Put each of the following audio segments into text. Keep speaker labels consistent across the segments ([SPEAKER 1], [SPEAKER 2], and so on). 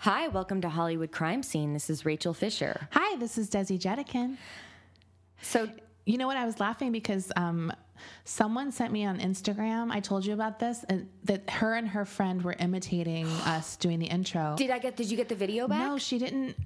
[SPEAKER 1] Hi, welcome to Hollywood Crime Scene. This is Rachel Fisher.
[SPEAKER 2] Hi, this is Desi Jetikin.
[SPEAKER 1] So,
[SPEAKER 2] You know what? I was laughing because um, someone sent me on Instagram. I told you about this, and that her and her friend were imitating us doing the intro.
[SPEAKER 1] did I get? Did you get the video back?
[SPEAKER 2] no, she didn't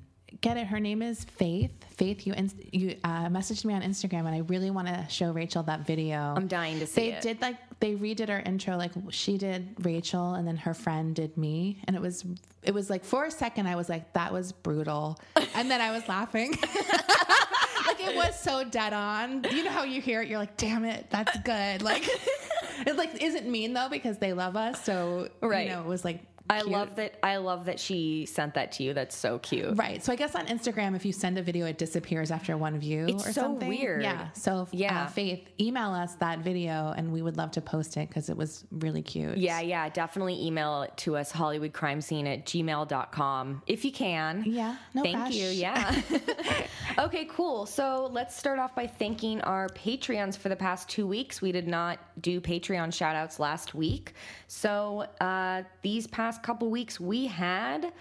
[SPEAKER 2] get it. Her name is Faith. Faith, you inst- you uh, messaged me on Instagram, and I really want to show Rachel that video.
[SPEAKER 1] I'm dying to see
[SPEAKER 2] they
[SPEAKER 1] it.
[SPEAKER 2] did like they redid our intro like she did rachel and then her friend did me and it was it was like for a second i was like that was brutal and then i was laughing like it was so dead on you know how you hear it you're like damn it that's good like it like isn't mean though because they love us so
[SPEAKER 1] Right.
[SPEAKER 2] you know it was like
[SPEAKER 1] I
[SPEAKER 2] cute.
[SPEAKER 1] love that. I love that she sent that to you. That's so cute.
[SPEAKER 2] Right. So I guess on Instagram, if you send a video, it disappears after one view
[SPEAKER 1] It's
[SPEAKER 2] or
[SPEAKER 1] so
[SPEAKER 2] something.
[SPEAKER 1] weird.
[SPEAKER 2] Yeah. So
[SPEAKER 1] Yeah.
[SPEAKER 2] yeah. Faith, email us that video and we would love to post it because it was really cute.
[SPEAKER 1] Yeah, yeah, definitely email it to us, hollywoodcrimescene at gmail.com, if you can.
[SPEAKER 2] Yeah, no
[SPEAKER 1] Thank
[SPEAKER 2] rush.
[SPEAKER 1] you. Yeah. okay, cool. So let's start off by thanking our Patreons for the past two weeks. We did not do Patreon shout outs last week. So uh, these past couple weeks, we had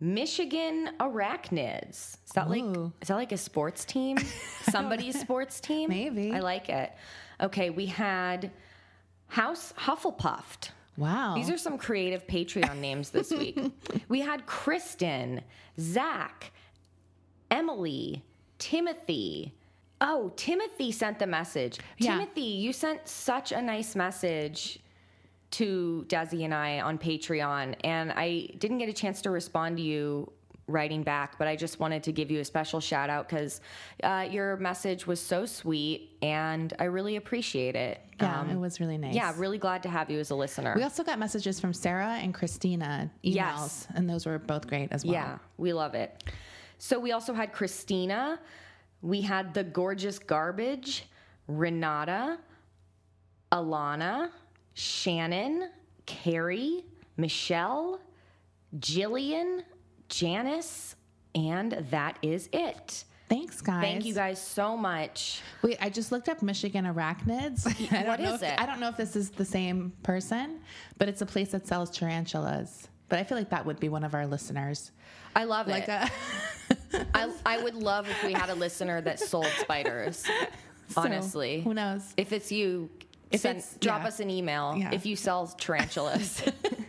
[SPEAKER 1] Michigan Arachnids. Is that like
[SPEAKER 2] Ooh.
[SPEAKER 1] is that like a sports team? Somebody's sports team?
[SPEAKER 2] Maybe.
[SPEAKER 1] I like it. Okay, we had House Hufflepuffed.
[SPEAKER 2] Wow.
[SPEAKER 1] These are some creative Patreon names this week. we had Kristen, Zach, Emily, Timothy. Oh, Timothy sent the message.
[SPEAKER 2] Yeah.
[SPEAKER 1] Timothy, you sent such a nice message to Desi and I on Patreon, and I didn't get a chance to respond to you writing back, but I just wanted to give you a special shout out because uh, your message was so sweet, and I really appreciate it. Um,
[SPEAKER 2] yeah, it was really nice.
[SPEAKER 1] Yeah, really glad to have you as a listener.
[SPEAKER 2] we also got messages from Sarah and Christina emails,
[SPEAKER 1] Yes.
[SPEAKER 2] and those were both great as well.
[SPEAKER 1] Yeah, we love it. So we also had Christina. We had the gorgeous garbage, Renata, Alana, Shannon, Carrie, Michelle, Jillian, Janice, and that is it.
[SPEAKER 2] Thanks, guys.
[SPEAKER 1] Thank you guys so much.
[SPEAKER 2] Wait, I just looked up Michigan arachnids. I don't
[SPEAKER 1] What
[SPEAKER 2] know
[SPEAKER 1] is
[SPEAKER 2] if-
[SPEAKER 1] it?
[SPEAKER 2] I don't know if this is the same person, but it's a place that sells tarantulas. But I feel like that would be one of our listeners.
[SPEAKER 1] I love it.
[SPEAKER 2] Like
[SPEAKER 1] I
[SPEAKER 2] a,
[SPEAKER 1] I would love if we had a listener that sold spiders.
[SPEAKER 2] so,
[SPEAKER 1] honestly.
[SPEAKER 2] who knows?
[SPEAKER 1] If it's you,
[SPEAKER 2] If
[SPEAKER 1] send,
[SPEAKER 2] it's-
[SPEAKER 1] drop
[SPEAKER 2] yeah.
[SPEAKER 1] us an email
[SPEAKER 2] Yeah.
[SPEAKER 1] if you sell tarantulas.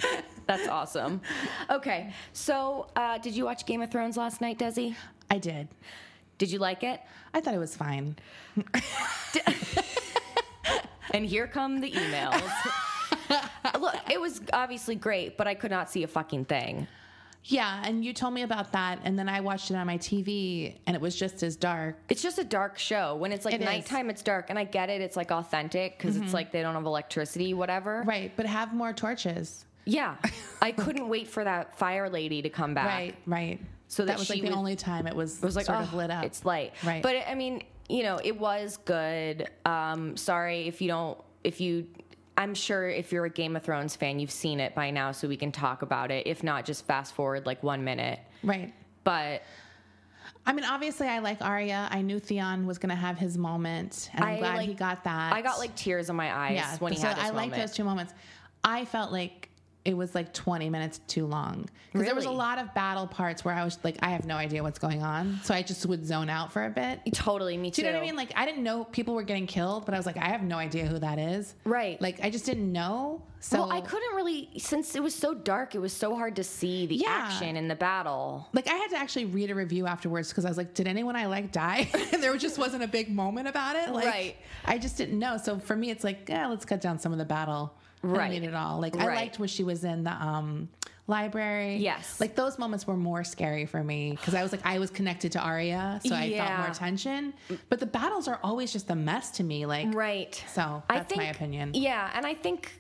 [SPEAKER 1] That's awesome. Okay, so uh, did you watch Game of Thrones last night, Desi?
[SPEAKER 2] I did.
[SPEAKER 1] Did you like it?
[SPEAKER 2] I thought it was fine.
[SPEAKER 1] And here come the emails. Look, it was obviously great, but I could not see a fucking thing.
[SPEAKER 2] Yeah, and you told me about that, and then I watched it on my TV, and it was just as dark.
[SPEAKER 1] It's just a dark show. When it's like
[SPEAKER 2] It is. Mm-hmm.
[SPEAKER 1] nighttime, it's dark, and I get it. It's like authentic because it's like they don't have electricity, whatever.
[SPEAKER 2] Right, but have more torches.
[SPEAKER 1] Yeah, I couldn't wait for that fire lady to come back.
[SPEAKER 2] Right, right.
[SPEAKER 1] So that
[SPEAKER 2] that was
[SPEAKER 1] she
[SPEAKER 2] like the
[SPEAKER 1] would-
[SPEAKER 2] only time it was,
[SPEAKER 1] It was like
[SPEAKER 2] sort
[SPEAKER 1] oh,
[SPEAKER 2] of lit up.
[SPEAKER 1] It's light,
[SPEAKER 2] Right.
[SPEAKER 1] But I mean, you know, it was good. Um, sorry if you don't. If you, I'm sure if you're a Game of Thrones fan, you've seen it by now, so we can talk about it. If not, just fast forward like one minute.
[SPEAKER 2] right.
[SPEAKER 1] But
[SPEAKER 2] I mean, obviously, I like Arya. I knew Theon was going to have his moment, and I'm
[SPEAKER 1] I,
[SPEAKER 2] glad
[SPEAKER 1] like-
[SPEAKER 2] he got that.
[SPEAKER 1] I got like tears in my eyes when he
[SPEAKER 2] so
[SPEAKER 1] had his
[SPEAKER 2] I
[SPEAKER 1] moment.
[SPEAKER 2] like those two moments. I felt like it was like 20 minutes too long because there was a
[SPEAKER 1] Really?
[SPEAKER 2] lot of battle parts where I was like, I have no idea what's going on, so I just would zone out for a bit.
[SPEAKER 1] totally, me too.
[SPEAKER 2] Do you know what I mean? Like I didn't know people were getting killed, but I was like, I have no idea who that is.
[SPEAKER 1] Right.
[SPEAKER 2] Like I just didn't know. So
[SPEAKER 1] well, I couldn't really since it was so dark. It was so hard to see the
[SPEAKER 2] Yeah.
[SPEAKER 1] action in the battle.
[SPEAKER 2] Like I had to actually read a review afterwards because I was like, did anyone I like die? and there just wasn't a big moment about it. Like,
[SPEAKER 1] Right.
[SPEAKER 2] I just didn't know. So for me, it's like, yeah, let's cut down some of the battle. I don't
[SPEAKER 1] Right.
[SPEAKER 2] need it all. Like I
[SPEAKER 1] Right.
[SPEAKER 2] liked when she was in the um, library.
[SPEAKER 1] Yes.
[SPEAKER 2] Like those moments were more scary for me because I was like, I was connected to Arya, so I
[SPEAKER 1] Yeah.
[SPEAKER 2] felt more tension. But the battles are always just a mess to me. Like
[SPEAKER 1] Right.
[SPEAKER 2] So,
[SPEAKER 1] I e
[SPEAKER 2] that's my opinion.
[SPEAKER 1] Yeah, and I think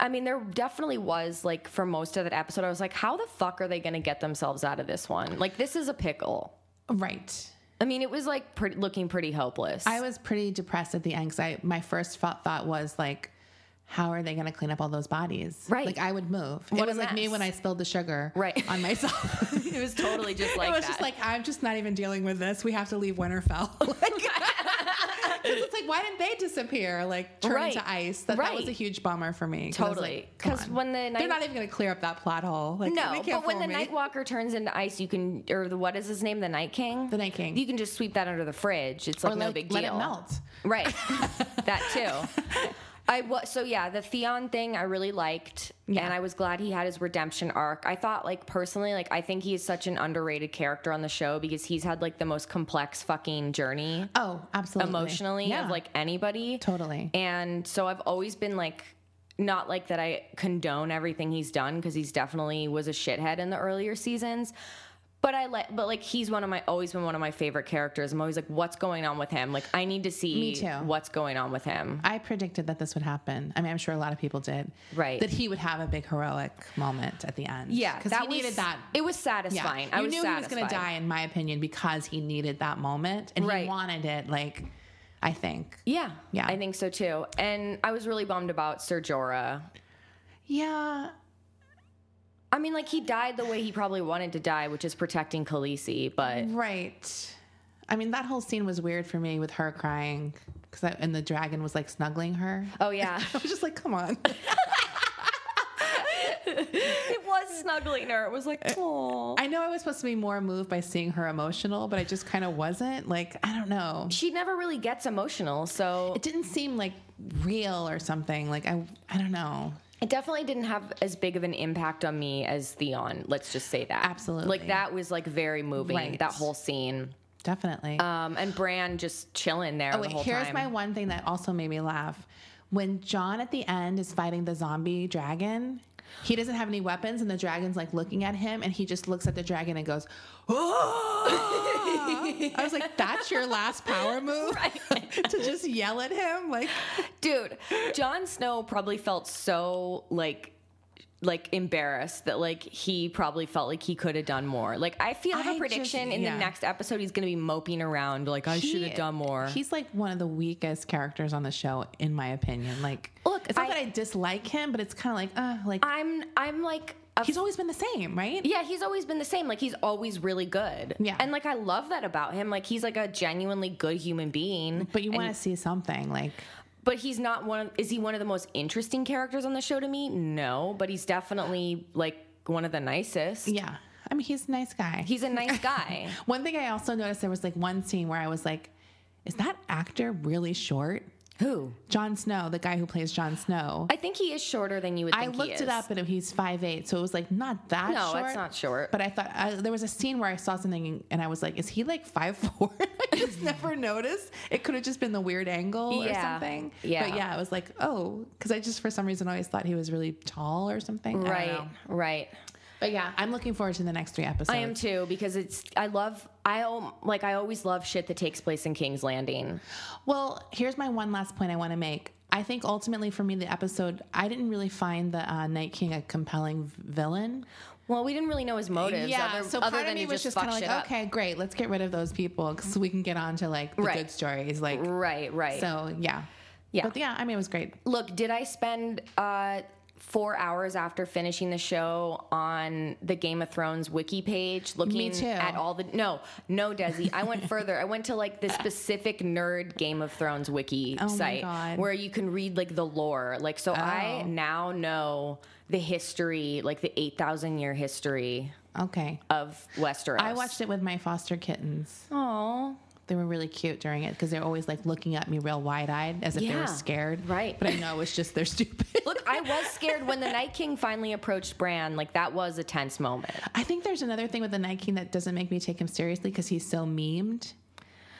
[SPEAKER 1] I mean there definitely was like for most of that episode I was like how the fuck are they going to get themselves out of this one? Like this is a pickle.
[SPEAKER 2] right.
[SPEAKER 1] I mean it was like pretty, looking pretty hopeless.
[SPEAKER 2] I was pretty depressed at the end because I my first thought, thought was like, how are they going to clean up all those bodies?
[SPEAKER 1] Right.
[SPEAKER 2] Like I would move.
[SPEAKER 1] What a
[SPEAKER 2] it was like me
[SPEAKER 1] mess.
[SPEAKER 2] when I spilled the sugar
[SPEAKER 1] Right.
[SPEAKER 2] on myself.
[SPEAKER 1] it was totally just like
[SPEAKER 2] it was
[SPEAKER 1] that.
[SPEAKER 2] just like I'm just not even dealing with this. We have to leave Winterfell. Like, it's like, why didn't they disappear? Like turn
[SPEAKER 1] Right.
[SPEAKER 2] to ice. That, that was
[SPEAKER 1] Right.
[SPEAKER 2] a huge bummer for me.
[SPEAKER 1] Totally. Because
[SPEAKER 2] Because
[SPEAKER 1] when the
[SPEAKER 2] they're
[SPEAKER 1] night
[SPEAKER 2] not even going to clear up that plot hole. Like,
[SPEAKER 1] no,
[SPEAKER 2] they can't
[SPEAKER 1] but when the
[SPEAKER 2] fool me.
[SPEAKER 1] Night Walker turns into ice, you can or the what is his name, the Night King.
[SPEAKER 2] The Night King.
[SPEAKER 1] You can just sweep that under the fridge. It's like
[SPEAKER 2] or
[SPEAKER 1] no
[SPEAKER 2] like,
[SPEAKER 1] big deal.
[SPEAKER 2] let it melt.
[SPEAKER 1] Right. that too. I was so yeah, the Theon thing I really liked
[SPEAKER 2] Yeah.
[SPEAKER 1] and I was glad he had his redemption arc. I thought like personally like I think he's such an underrated character on the show because he's had like the most complex fucking journey
[SPEAKER 2] Oh, absolutely.
[SPEAKER 1] emotionally
[SPEAKER 2] yeah.
[SPEAKER 1] of like anybody.
[SPEAKER 2] totally.
[SPEAKER 1] And so I've always been like, not like that I condone everything he's done because he's definitely was a shithead in the earlier seasons. But I like, but like he's one of my always been one of my favorite characters. I'm always like, what's going on with him? Like I need to see
[SPEAKER 2] Me too.
[SPEAKER 1] what's going on with him.
[SPEAKER 2] I predicted that this would happen. I mean, I'm sure a lot of people did.
[SPEAKER 1] Right.
[SPEAKER 2] That he would have a big heroic moment at the end. Because he
[SPEAKER 1] was-
[SPEAKER 2] needed that.
[SPEAKER 1] It was satisfying. I
[SPEAKER 2] you
[SPEAKER 1] was
[SPEAKER 2] knew he was
[SPEAKER 1] satisfied.
[SPEAKER 2] going to die, in my opinion, because he needed that moment and
[SPEAKER 1] Right.
[SPEAKER 2] he wanted it. Like, I think.
[SPEAKER 1] Yeah,
[SPEAKER 2] Yeah.
[SPEAKER 1] I think so too. And I was really bummed about Ser Jorah.
[SPEAKER 2] Yeah.
[SPEAKER 1] I mean, like he died the way he probably wanted to die, which is protecting Khaleesi. But
[SPEAKER 2] Right. I mean, that whole scene was weird for me with her crying because and the dragon was like snuggling her.
[SPEAKER 1] oh yeah,
[SPEAKER 2] I was just like, come on.
[SPEAKER 1] it was snuggling her. It was like,
[SPEAKER 2] Uh,
[SPEAKER 1] oh.
[SPEAKER 2] I know I was supposed to be more moved by seeing her emotional, but I just kind of wasn't. Like, I don't know.
[SPEAKER 1] she never really gets emotional, so
[SPEAKER 2] It didn't seem like real or something. Like, I, I don't know.
[SPEAKER 1] it definitely didn't have as big of an impact on me as Theon. Let's just say that.
[SPEAKER 2] Absolutely.
[SPEAKER 1] Like that was like very moving.
[SPEAKER 2] Right.
[SPEAKER 1] That whole scene.
[SPEAKER 2] Definitely.
[SPEAKER 1] Um, and Bran just chilling there
[SPEAKER 2] Oh,
[SPEAKER 1] the
[SPEAKER 2] wait,
[SPEAKER 1] whole
[SPEAKER 2] here's
[SPEAKER 1] time.
[SPEAKER 2] my one thing that also made me laugh. When John at the end is fighting the zombie dragon, he doesn't have any weapons, and the dragon's like looking at him, and he just looks at the dragon and goes, "Oh!" I was like, "That's your last power move to just yell at him." Like,
[SPEAKER 1] Dude, Jon Snow probably felt so like like embarrassed that like he probably felt like he could have done more. Like I feel I have a
[SPEAKER 2] I
[SPEAKER 1] prediction
[SPEAKER 2] just-
[SPEAKER 1] in the
[SPEAKER 2] yeah.
[SPEAKER 1] next episode he's gonna be moping around like I
[SPEAKER 2] he-
[SPEAKER 1] should have done more.
[SPEAKER 2] He's like one of the weakest characters on the show, in my opinion. Like,
[SPEAKER 1] Look,
[SPEAKER 2] it's not
[SPEAKER 1] I-
[SPEAKER 2] that I dislike him, but it's kind of like, uh, like
[SPEAKER 1] I'm I'm like a
[SPEAKER 2] he's always been the same, right?
[SPEAKER 1] Yeah, he's always been the same. Like he's always really good.
[SPEAKER 2] Yeah.
[SPEAKER 1] and like I love that about him. Like he's like a genuinely good human being.
[SPEAKER 2] But you
[SPEAKER 1] And-
[SPEAKER 2] want to see something like
[SPEAKER 1] But he's not one. Of, is he one of the most interesting characters on the show to me? No, but he's definitely like one of the nicest.
[SPEAKER 2] Yeah. I mean, he's a nice guy.
[SPEAKER 1] He's a nice guy.
[SPEAKER 2] one thing I also noticed there was like one scene where I was like, is that actor really short?
[SPEAKER 1] Who?
[SPEAKER 2] Jon Snow, the guy who plays Jon Snow.
[SPEAKER 1] I think he is shorter than you would.
[SPEAKER 2] I,
[SPEAKER 1] think he
[SPEAKER 2] looked
[SPEAKER 1] is.
[SPEAKER 2] it up and he's 5'8, so it was like not that
[SPEAKER 1] No,
[SPEAKER 2] short.
[SPEAKER 1] it's not short.
[SPEAKER 2] But I thought I, there was a scene where I saw something and I was like, is he like 5'4? I just never noticed. It could have just been the weird angle or
[SPEAKER 1] Yeah.
[SPEAKER 2] something.
[SPEAKER 1] Yeah.
[SPEAKER 2] But yeah, I was like, oh, because I just for some reason always thought he was really tall or something. I don't
[SPEAKER 1] Right.
[SPEAKER 2] know.
[SPEAKER 1] Right.
[SPEAKER 2] But yeah, I'm looking forward to the next three episodes.
[SPEAKER 1] I am too because it's. I love. I al- like. I always love shit that takes place in King's Landing.
[SPEAKER 2] Well, here's my one last point I want to make. I think ultimately for me, the episode, I didn't really find the uh, Night King a compelling v- villain.
[SPEAKER 1] Well, we didn't really know his motives. Other, other than to just fuck
[SPEAKER 2] kinda
[SPEAKER 1] shit
[SPEAKER 2] like,
[SPEAKER 1] up.
[SPEAKER 2] okay, great, let's get rid of those people because we can get on to like the
[SPEAKER 1] Right.
[SPEAKER 2] good stories. Like,
[SPEAKER 1] Right, right.
[SPEAKER 2] so yeah,
[SPEAKER 1] Yeah.
[SPEAKER 2] But yeah, I mean, it was great.
[SPEAKER 1] Look, did I spend uh, four hours after finishing the show on the Game of Thrones wiki page looking
[SPEAKER 2] too.
[SPEAKER 1] at all the. No, no, Desi. I went further. I went to like the specific nerd Game of Thrones wiki
[SPEAKER 2] Oh my
[SPEAKER 1] site
[SPEAKER 2] God.
[SPEAKER 1] where you can read like the lore. Like, so I
[SPEAKER 2] Oh.
[SPEAKER 1] now know the history, like the 8,000 year history
[SPEAKER 2] Okay,
[SPEAKER 1] of Westeros.
[SPEAKER 2] I watched it with my foster kittens.
[SPEAKER 1] Oh.
[SPEAKER 2] They were really cute during it because they were always like looking at me real wide eyed as if they
[SPEAKER 1] Yeah.
[SPEAKER 2] were scared.
[SPEAKER 1] Right.
[SPEAKER 2] but I know it was just they're stupid.
[SPEAKER 1] Look, I was scared when the Night King finally approached Bran. Like, that was a tense moment.
[SPEAKER 2] I think there's another thing with the Night King that doesn't make me take him seriously because he's so memed.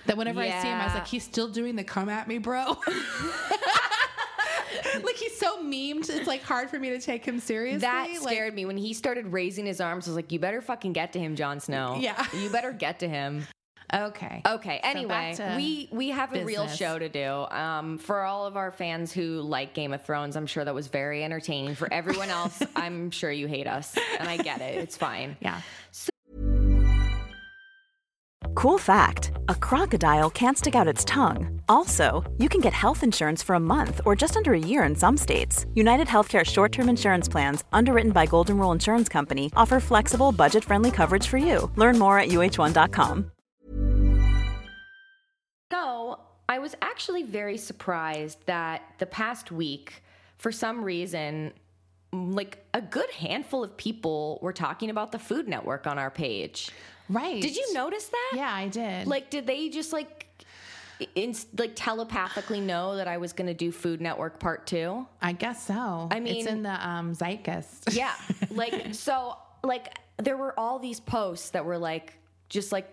[SPEAKER 2] That whenever I see him, I was
[SPEAKER 1] Yeah.
[SPEAKER 2] like, he's still doing the come at me, bro. like he's so memed, it's like hard for me to take him seriously.
[SPEAKER 1] That
[SPEAKER 2] Like,
[SPEAKER 1] scared me when he started raising his arms. I was like, "You better fucking get to him, Jon Snow.
[SPEAKER 2] Yeah.
[SPEAKER 1] you better get to him."
[SPEAKER 2] okay.
[SPEAKER 1] Okay. Anyway,
[SPEAKER 2] back to
[SPEAKER 1] we we have a real
[SPEAKER 2] business.
[SPEAKER 1] show to do. Um, for all of our fans who like Game of Thrones, I'm sure that was very entertaining. For everyone else, I'm sure you hate us, and I get it. It's fine.
[SPEAKER 2] Yeah.
[SPEAKER 3] Cool fact a crocodile can't stick out its tongue. Also, you can get health insurance for a month or just under a year in some states. United Healthcare short term insurance plans, underwritten by Golden Rule Insurance Company, offer flexible, budget friendly coverage for you. Learn more at uh1.com.
[SPEAKER 1] So I was actually very surprised that the past week, for some reason, like a good handful of people were talking about the Food Network on our page.
[SPEAKER 2] Right.
[SPEAKER 1] Did you notice that?
[SPEAKER 2] Yeah, I did.
[SPEAKER 1] Like, did they just like, in, like telepathically know that I was going to do Food Network Part Two?
[SPEAKER 2] I guess so.
[SPEAKER 1] I mean-
[SPEAKER 2] it's in the um, zeitgeist.
[SPEAKER 1] Yeah. Like so like there were all these posts that were like just like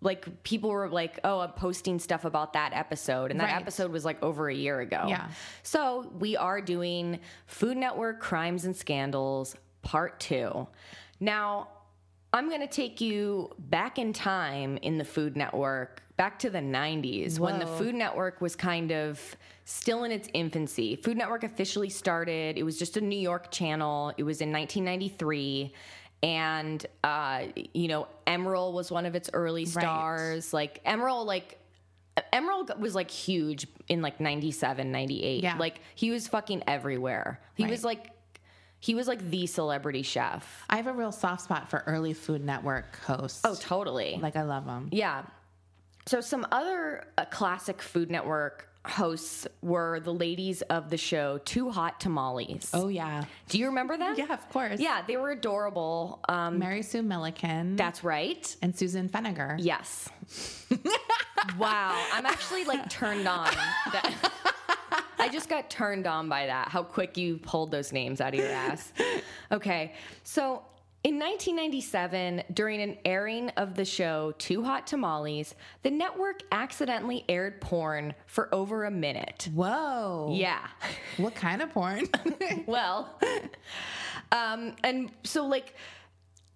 [SPEAKER 1] like people were like, "Oh, I'm posting stuff about that episode." And that
[SPEAKER 2] Right.
[SPEAKER 1] episode was like over a year ago.
[SPEAKER 2] Yeah.
[SPEAKER 1] So, we are doing Food Network Crimes and Scandals Part 2. Now, I'm going to take you back in time in the Food Network, back to the 90s when the Food Network was kind of still in its infancy. Food Network officially started, it was just a New York channel, it was in 1993. And, uh, you know, Emerald was one of its early stars. Like, Emerald, like, Emerald was like huge in like 97, 98.
[SPEAKER 2] Yeah.
[SPEAKER 1] Like, he was fucking everywhere. He was like, he was like the celebrity chef.
[SPEAKER 2] I have a real soft spot for early Food Network hosts.
[SPEAKER 1] Oh, totally.
[SPEAKER 2] like I love them.
[SPEAKER 1] Yeah. So some other uh, classic Food Network hosts were the ladies of the show Too Hot Tamales.
[SPEAKER 2] Oh yeah,
[SPEAKER 1] Do you remember them?
[SPEAKER 2] yeah, of course.
[SPEAKER 1] Yeah, they were adorable. Um,
[SPEAKER 2] Mary Sue Milliken
[SPEAKER 1] that's right.
[SPEAKER 2] and Susan Feniger.
[SPEAKER 1] Yes. wow. I'm actually like turned on. That- I just got turned on by that, how quick you pulled those names out of your ass. Okay. So in 1997, during an airing of the show Too Hot Tamales, the network accidentally aired porn for over a minute.
[SPEAKER 2] Whoa.
[SPEAKER 1] Yeah.
[SPEAKER 2] What kind of porn?
[SPEAKER 1] well, um, and so, like,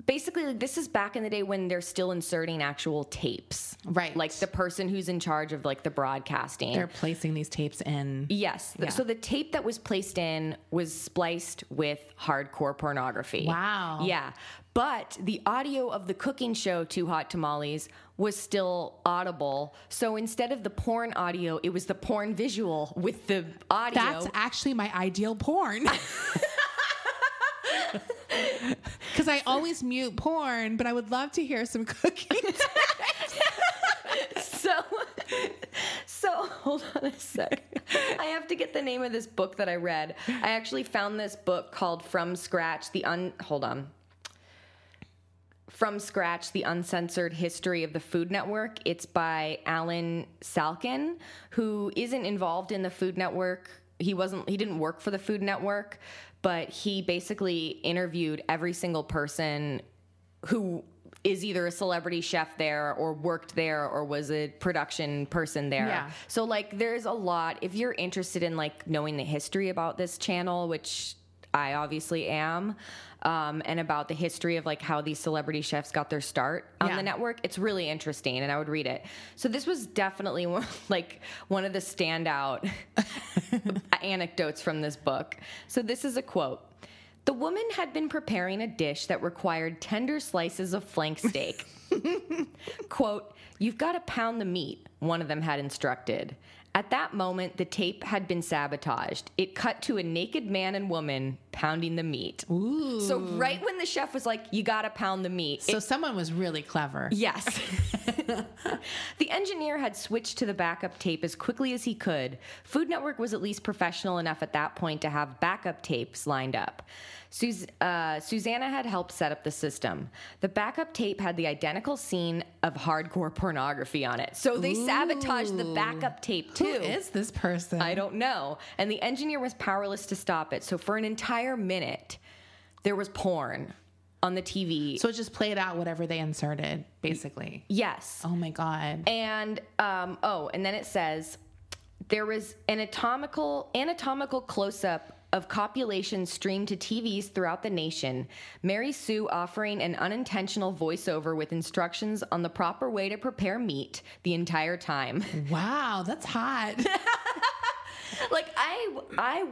[SPEAKER 1] basically, this is back in the day when they're still inserting actual tapes.
[SPEAKER 2] right.
[SPEAKER 1] like the person who's in charge of like the broadcasting.
[SPEAKER 2] they're placing these tapes in.
[SPEAKER 1] yes. th- So the tape that was placed in was spliced with hardcore pornography.
[SPEAKER 2] Wow.
[SPEAKER 1] Yeah. But the audio of the cooking show Too Hot Tamales was still audible. So instead of the porn audio, it was the porn visual with the audio.
[SPEAKER 2] That's actually my ideal porn. Because I always mute porn, but I would love to hear some cooking.
[SPEAKER 1] so so hold on a sec i have to get the name of this book that i read i actually found this book called from scratch the un hold on from scratch the uncensored history of the food network it's by alan salkin who isn't involved in the food network he wasn't he didn't work for the food network but he basically interviewed every single person who is either a celebrity chef there or worked there or was a production person there.
[SPEAKER 2] Yeah.
[SPEAKER 1] So like there's a lot if you're interested in like knowing the history about this channel which I obviously am um, and about the history of like how these celebrity chefs got their start on
[SPEAKER 2] Yeah.
[SPEAKER 1] the network. It's really interesting and I would read it. So this was definitely one, like one of the standout anecdotes from this book. So this is a quote. The woman had been preparing a dish that required tender slices of flank steak. Quote, You've got to pound the meat, one of them had instructed. At that moment, the tape had been sabotaged. It cut to a naked man and woman pounding the meat.
[SPEAKER 2] Ooh.
[SPEAKER 1] So, right when the chef was like, You got to pound the meat,
[SPEAKER 2] So someone was really clever.
[SPEAKER 1] Yes. the engineer had switched to the backup tape as quickly as he could. Food Network was at least professional enough at that point to have backup tapes lined up. Sus- uh, Susanna had helped set up the system. The backup tape had the identical scene of hardcore pornography on it. So they sabotaged the backup tape too.
[SPEAKER 2] Who is this person?
[SPEAKER 1] I don't know. And the engineer was powerless to stop it. So for an entire minute, there was porn on the TV.
[SPEAKER 2] So it just played out whatever they inserted, basically.
[SPEAKER 1] yes.
[SPEAKER 2] Oh my god.
[SPEAKER 1] And um, oh, and then it says there was an anatomical anatomical close up of copulations streamed to TVs throughout the nation. Mary Sue offering an unintentional voiceover with instructions on the proper way to prepare meat the entire time.
[SPEAKER 2] Wow, that's hot.
[SPEAKER 1] like I, I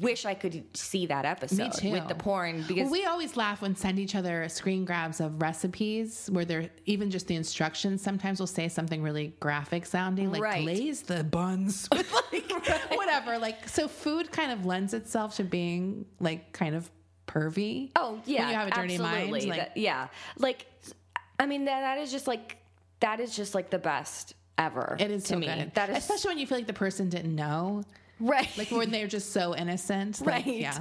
[SPEAKER 1] wish I could see that episode
[SPEAKER 2] Me too.
[SPEAKER 1] with the porn because
[SPEAKER 2] Well, we always laugh when send each other screen grabs of recipes where they're even just the instructions. Sometimes we'll say something really graphic sounding, like
[SPEAKER 1] Right.
[SPEAKER 2] glaze the buns with like whatever. Like so, food kind of lends itself to being like kind of pervy.
[SPEAKER 1] Oh yeah,
[SPEAKER 2] when you have a dirty mind,
[SPEAKER 1] absolutely.
[SPEAKER 2] like-
[SPEAKER 1] That- yeah, like I mean that that is just like that is just like the best ever.
[SPEAKER 2] It is
[SPEAKER 1] to
[SPEAKER 2] so
[SPEAKER 1] me.
[SPEAKER 2] good.
[SPEAKER 1] That is
[SPEAKER 2] especially when you feel like the person didn't know,
[SPEAKER 1] right.
[SPEAKER 2] like when they're just so innocent. like,
[SPEAKER 1] Right.
[SPEAKER 2] yeah.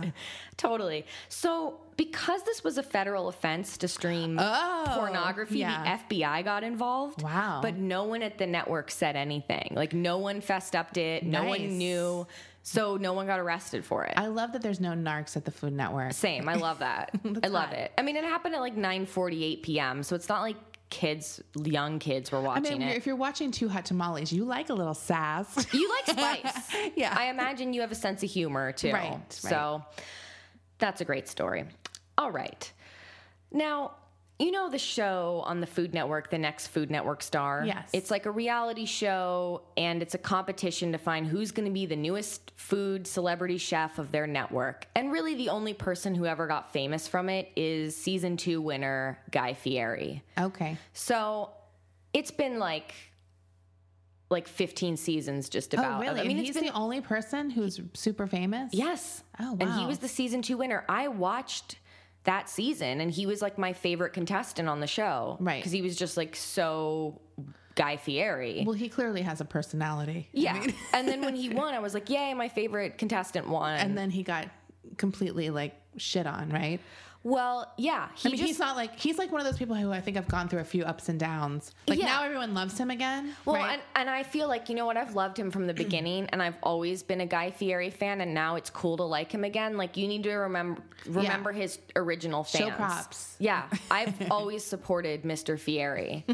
[SPEAKER 1] Totally. So, because this was a federal offense to stream
[SPEAKER 2] Oh,
[SPEAKER 1] pornography,
[SPEAKER 2] yeah.
[SPEAKER 1] the FBI got involved.
[SPEAKER 2] Wow.
[SPEAKER 1] But no one at the network said anything. Like, no one fessed up to it. No
[SPEAKER 2] Nice.
[SPEAKER 1] one knew. So, no one got arrested for it.
[SPEAKER 2] I love that there's no narcs at the Food Network.
[SPEAKER 1] Same. I love that. I love it. I mean, it happened at like 9:48 p.m. So it's not like kids, young kids, were
[SPEAKER 2] I
[SPEAKER 1] watching
[SPEAKER 2] mean,
[SPEAKER 1] it.
[SPEAKER 2] if you're watching Too Hot Tamales, you like a little sass.
[SPEAKER 1] You like spice.
[SPEAKER 2] Yeah.
[SPEAKER 1] I imagine you have a sense of humor too.
[SPEAKER 2] Right, right.
[SPEAKER 1] So that's a great story. All right. Now, you know the show on the Food Network, the next Food Network star?
[SPEAKER 2] Yes.
[SPEAKER 1] It's like a reality show and it's a competition to find who's going to be the newest food celebrity chef of their network. And really, the only person who ever got famous from it is season two winner Guy Fieri.
[SPEAKER 2] okay.
[SPEAKER 1] So it's been like like 15 seasons just about.
[SPEAKER 2] oh, really?
[SPEAKER 1] I mean,
[SPEAKER 2] and
[SPEAKER 1] it's
[SPEAKER 2] he's
[SPEAKER 1] been
[SPEAKER 2] the only person who's super famous.
[SPEAKER 1] yes.
[SPEAKER 2] Oh,
[SPEAKER 1] And he
[SPEAKER 2] wow.
[SPEAKER 1] was the season 2 winner. I watched that season and he was like my favorite contestant on the show
[SPEAKER 2] Right.
[SPEAKER 1] cuz he was just like so Guy Fieri.
[SPEAKER 2] Well, he clearly has a personality. I
[SPEAKER 1] yeah.
[SPEAKER 2] mean,
[SPEAKER 1] and then when he won, I was like, "Yay, my favorite contestant won."
[SPEAKER 2] and then he got completely like shit on, right?
[SPEAKER 1] well, yeah, he
[SPEAKER 2] I mean,
[SPEAKER 1] just
[SPEAKER 2] he's not like he's like one of those people who I think have gone through a few ups and downs. Like
[SPEAKER 1] Yeah.
[SPEAKER 2] now everyone loves him again.
[SPEAKER 1] Well,
[SPEAKER 2] right?
[SPEAKER 1] and, and I feel like, you know what? I've loved him from the beginning, and I've always been a Guy Fieri fan, and now it's cool to like him again. Like, you need to remember remember his original fans.
[SPEAKER 2] Show props.
[SPEAKER 1] Yeah. I've always supported Mr. Fieri,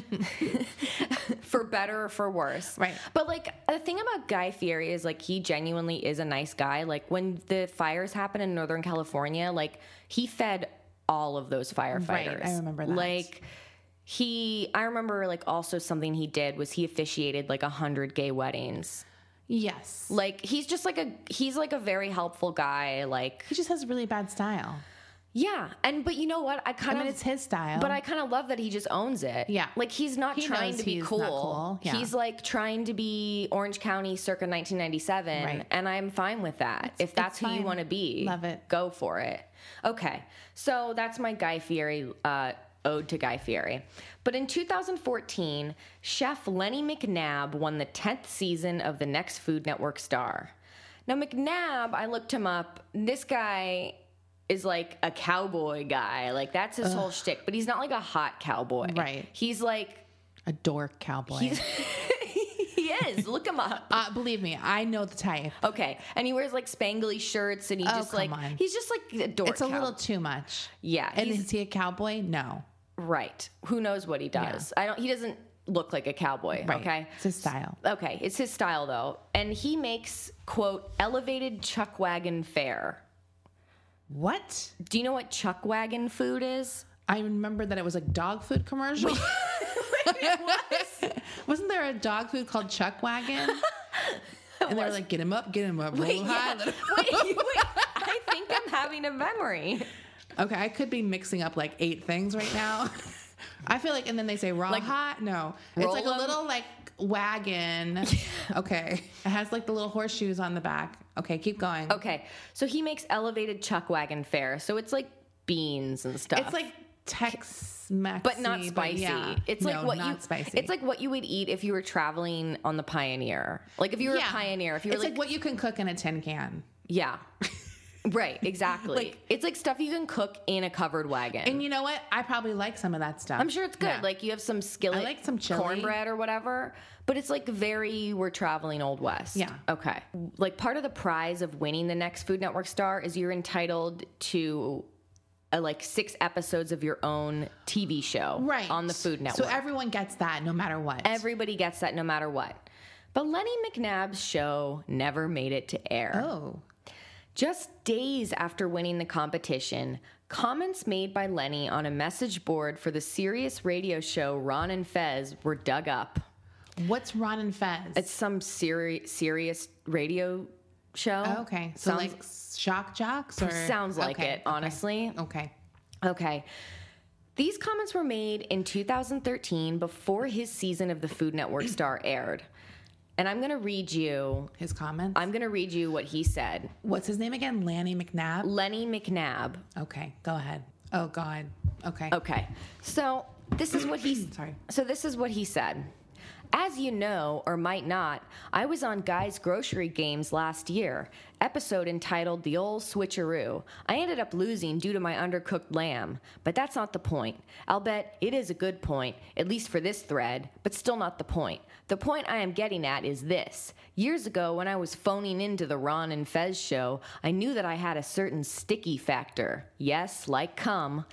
[SPEAKER 1] for better or for worse.
[SPEAKER 2] Right.
[SPEAKER 1] But, like, the thing about Guy Fieri is, like, he genuinely is a nice guy. Like, when the fires happened in Northern California, like, he fed all of those firefighters.
[SPEAKER 2] remember that.
[SPEAKER 1] Like, he i remember like also something he did was he officiated like a hundred gay weddings
[SPEAKER 2] yes,
[SPEAKER 1] like he's just like a he's like a very helpful guy like
[SPEAKER 2] he just has really bad style.
[SPEAKER 1] yeah and but you know what i
[SPEAKER 2] I
[SPEAKER 1] kind
[SPEAKER 2] mean,
[SPEAKER 1] of
[SPEAKER 2] it's his style.
[SPEAKER 1] but i kind of love that he just owns it
[SPEAKER 2] Yeah.
[SPEAKER 1] like he's not
[SPEAKER 2] He
[SPEAKER 1] trying
[SPEAKER 2] knows
[SPEAKER 1] to be
[SPEAKER 2] he's not
[SPEAKER 1] cool,
[SPEAKER 2] cool. Yeah.
[SPEAKER 1] he's like trying to be orange county circa 1997
[SPEAKER 2] Right.
[SPEAKER 1] and i'm fine with that if that's
[SPEAKER 2] it's
[SPEAKER 1] who you
[SPEAKER 2] fine.
[SPEAKER 1] want to be
[SPEAKER 2] Love it.
[SPEAKER 1] go for it okay so that's my guy fieri uh, ode to guy fieri but in 2014 chef lenny mcnabb won the 10th season of the next food network star now mcnabb i looked him up this guy is like a cowboy guy like that's his whole shtick but he's not like a hot cowboy
[SPEAKER 2] Right.
[SPEAKER 1] he's like
[SPEAKER 2] a dork cowboy.
[SPEAKER 1] he is look him up
[SPEAKER 2] uh, believe me, I know the type.
[SPEAKER 1] Okay, and he wears like spangly shirts, and he
[SPEAKER 2] Oh,
[SPEAKER 1] just like
[SPEAKER 2] come on.
[SPEAKER 1] he's just like a dork.
[SPEAKER 2] It's a
[SPEAKER 1] cow-
[SPEAKER 2] little too much.
[SPEAKER 1] yeah.
[SPEAKER 2] And
[SPEAKER 1] he's-
[SPEAKER 2] is he a cowboy? No.
[SPEAKER 1] right. Who knows what he does? I don't. He doesn't look like a cowboy.
[SPEAKER 2] Right.
[SPEAKER 1] Okay.
[SPEAKER 2] It's his style.
[SPEAKER 1] Okay, it's his style though, and he makes quote elevated chuck wagon fare.
[SPEAKER 2] What?
[SPEAKER 1] Do you know what chuck wagon food is?
[SPEAKER 2] I remember that it was a dog food commercial. Wasn't there a dog food called Chuck Wagon? And they were like, get him up, get him up, roll him high. let him-"
[SPEAKER 1] wait, wait, I think I'm having a memory.
[SPEAKER 2] Okay, I could be mixing up like eight things right now. I feel like, and then they say raw
[SPEAKER 1] Like,
[SPEAKER 2] hot. No, it's
[SPEAKER 1] roll
[SPEAKER 2] like a
[SPEAKER 1] 'em.
[SPEAKER 2] little like wagon. okay, it has like the little horseshoes on the back. Okay, keep going.
[SPEAKER 1] Okay, so he makes elevated chuck wagon fare, so it's like beans and stuff.
[SPEAKER 2] It's like Tex Mex,
[SPEAKER 1] but not spicy. It's like what
[SPEAKER 2] not
[SPEAKER 1] you
[SPEAKER 2] spicy.
[SPEAKER 1] It's like what you would eat if you were traveling on the Pioneer. Like if you were a pioneer, if you were
[SPEAKER 2] it's like,
[SPEAKER 1] like,
[SPEAKER 2] what you can cook in a tin can.
[SPEAKER 1] yeah. right, exactly. it's like stuff you can cook in a covered wagon.
[SPEAKER 2] And you know what? I probably like some of that stuff.
[SPEAKER 1] I'm sure it's good.
[SPEAKER 2] Yeah.
[SPEAKER 1] Like you have some skillet,
[SPEAKER 2] I like some chili.
[SPEAKER 1] cornbread or whatever. But it's like very we're traveling old west.
[SPEAKER 2] Yeah.
[SPEAKER 1] Okay. Like part of the prize of winning the next Food Network star is you're entitled to uh like six episodes of your own TV show
[SPEAKER 2] right
[SPEAKER 1] on the Food Network.
[SPEAKER 2] So everyone gets that no matter what.
[SPEAKER 1] Everybody gets that no matter what. But Lenny McNabb's show never made it to air.
[SPEAKER 2] oh,
[SPEAKER 1] Just days after winning the competition, comments made by Lenny on a message board for the serious radio show Ron and Fez were dug up.
[SPEAKER 2] what's Ron and Fez?
[SPEAKER 1] It's some seri- serious radio show.
[SPEAKER 2] Oh, okay. So
[SPEAKER 1] sounds,
[SPEAKER 2] like shock jocks or
[SPEAKER 1] sounds like
[SPEAKER 2] Okay,
[SPEAKER 1] it, honestly.
[SPEAKER 2] Okay.
[SPEAKER 1] Okay. These comments were made in 2013 before his season of the Food Network star aired. And I'm going to read you
[SPEAKER 2] His comments.
[SPEAKER 1] I'm going to read you what he said.
[SPEAKER 2] what's his name again? Lanny McNabb.
[SPEAKER 1] Lenny McNabb.
[SPEAKER 2] Okay, go ahead. Oh God. Okay.
[SPEAKER 1] Oh. Okay. So, this is what he
[SPEAKER 2] Sorry.
[SPEAKER 1] So this is what he said. As you know, or might not, I was on Guy's Grocery Games last year, episode entitled The Old Switcheroo. I ended up losing due to my undercooked lamb, but that's not the point. I'll bet it is a good point, at least for this thread, but still not the point. The point I am getting at is this. Years ago, when I was phoning into the Ron and Fez show, I knew that I had a certain sticky factor. Yes, like cum.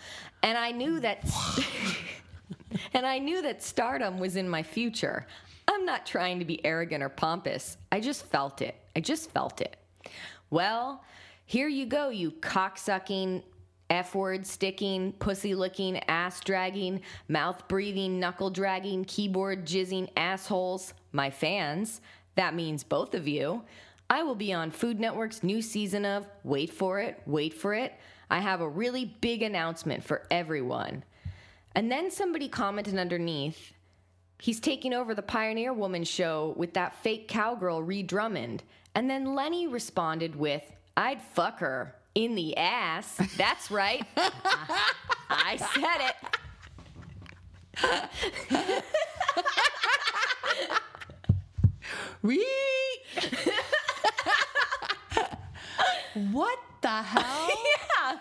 [SPEAKER 1] And I knew that. and I knew that stardom was in my future. I'm not trying to be arrogant or pompous. I just felt it. I just felt it. Well, here you go, you cocksucking, F word sticking, pussy licking, ass dragging, mouth breathing, knuckle dragging, keyboard jizzing assholes, my fans. That means both of you. I will be on Food Network's new season of Wait For It, Wait For It. I have a really big announcement for everyone. And then somebody commented underneath, he's taking over the Pioneer Woman show with that fake cowgirl Reed Drummond. And then Lenny responded with, I'd fuck her in the ass. That's right. I said it.
[SPEAKER 2] Wee! what the hell?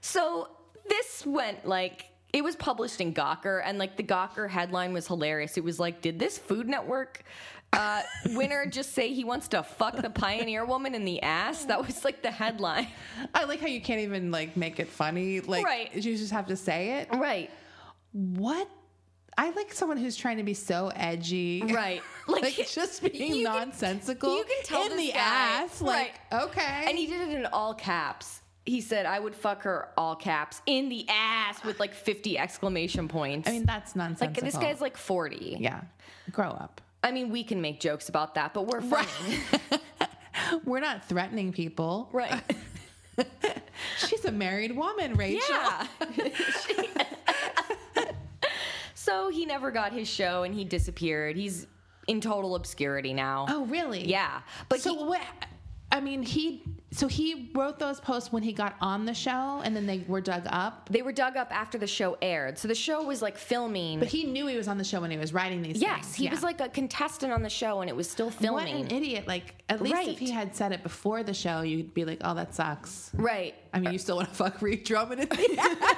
[SPEAKER 1] So this went like it was published in Gawker, and like the Gawker headline was hilarious. It was like, did this Food Network uh, winner just say he wants to fuck the pioneer woman in the ass? That was like the headline,
[SPEAKER 2] I like how you can't even like make it funny. Like
[SPEAKER 1] Right.
[SPEAKER 2] you just have to say it.
[SPEAKER 1] right?
[SPEAKER 2] What? I like someone who's trying to be so edgy.
[SPEAKER 1] Right.
[SPEAKER 2] Like,
[SPEAKER 1] Like,
[SPEAKER 2] just being
[SPEAKER 1] you can-
[SPEAKER 2] nonsensical.
[SPEAKER 1] you can tell
[SPEAKER 2] in
[SPEAKER 1] this
[SPEAKER 2] the
[SPEAKER 1] guy.
[SPEAKER 2] ass. Like,
[SPEAKER 1] Right.
[SPEAKER 2] okay.
[SPEAKER 1] And he did it in all caps. He said, "I would fuck her all caps in the ass" with like fifty exclamation points.
[SPEAKER 2] I mean, that's
[SPEAKER 1] like
[SPEAKER 2] nonsensical.
[SPEAKER 1] this guy's like forty.
[SPEAKER 2] Yeah. Grow up.
[SPEAKER 1] I mean, we can make jokes about that, but we're funny,
[SPEAKER 2] We're not threatening people.
[SPEAKER 1] right?
[SPEAKER 2] She's a married woman, Rachel.
[SPEAKER 1] Yeah. so he never got his show and he disappeared. He's in total obscurity now.
[SPEAKER 2] Oh, really?
[SPEAKER 1] Yeah. But
[SPEAKER 2] so
[SPEAKER 1] he,
[SPEAKER 2] what? I mean, he. So he wrote those posts when he got on the show, and then they were dug up.
[SPEAKER 1] they were dug up after the show aired. So the show was like filming.
[SPEAKER 2] But he knew he was on the show when he was writing these.
[SPEAKER 1] yes,
[SPEAKER 2] things.
[SPEAKER 1] he
[SPEAKER 2] Yeah.
[SPEAKER 1] was like a contestant on the show and it was still
[SPEAKER 2] What
[SPEAKER 1] filming.
[SPEAKER 2] an idiot! Like, at least
[SPEAKER 1] Right.
[SPEAKER 2] if he had said it before the show, you'd be like, "Oh, that sucks."
[SPEAKER 1] right.
[SPEAKER 2] I mean, you still want to fuck Reed Drummond in the ass.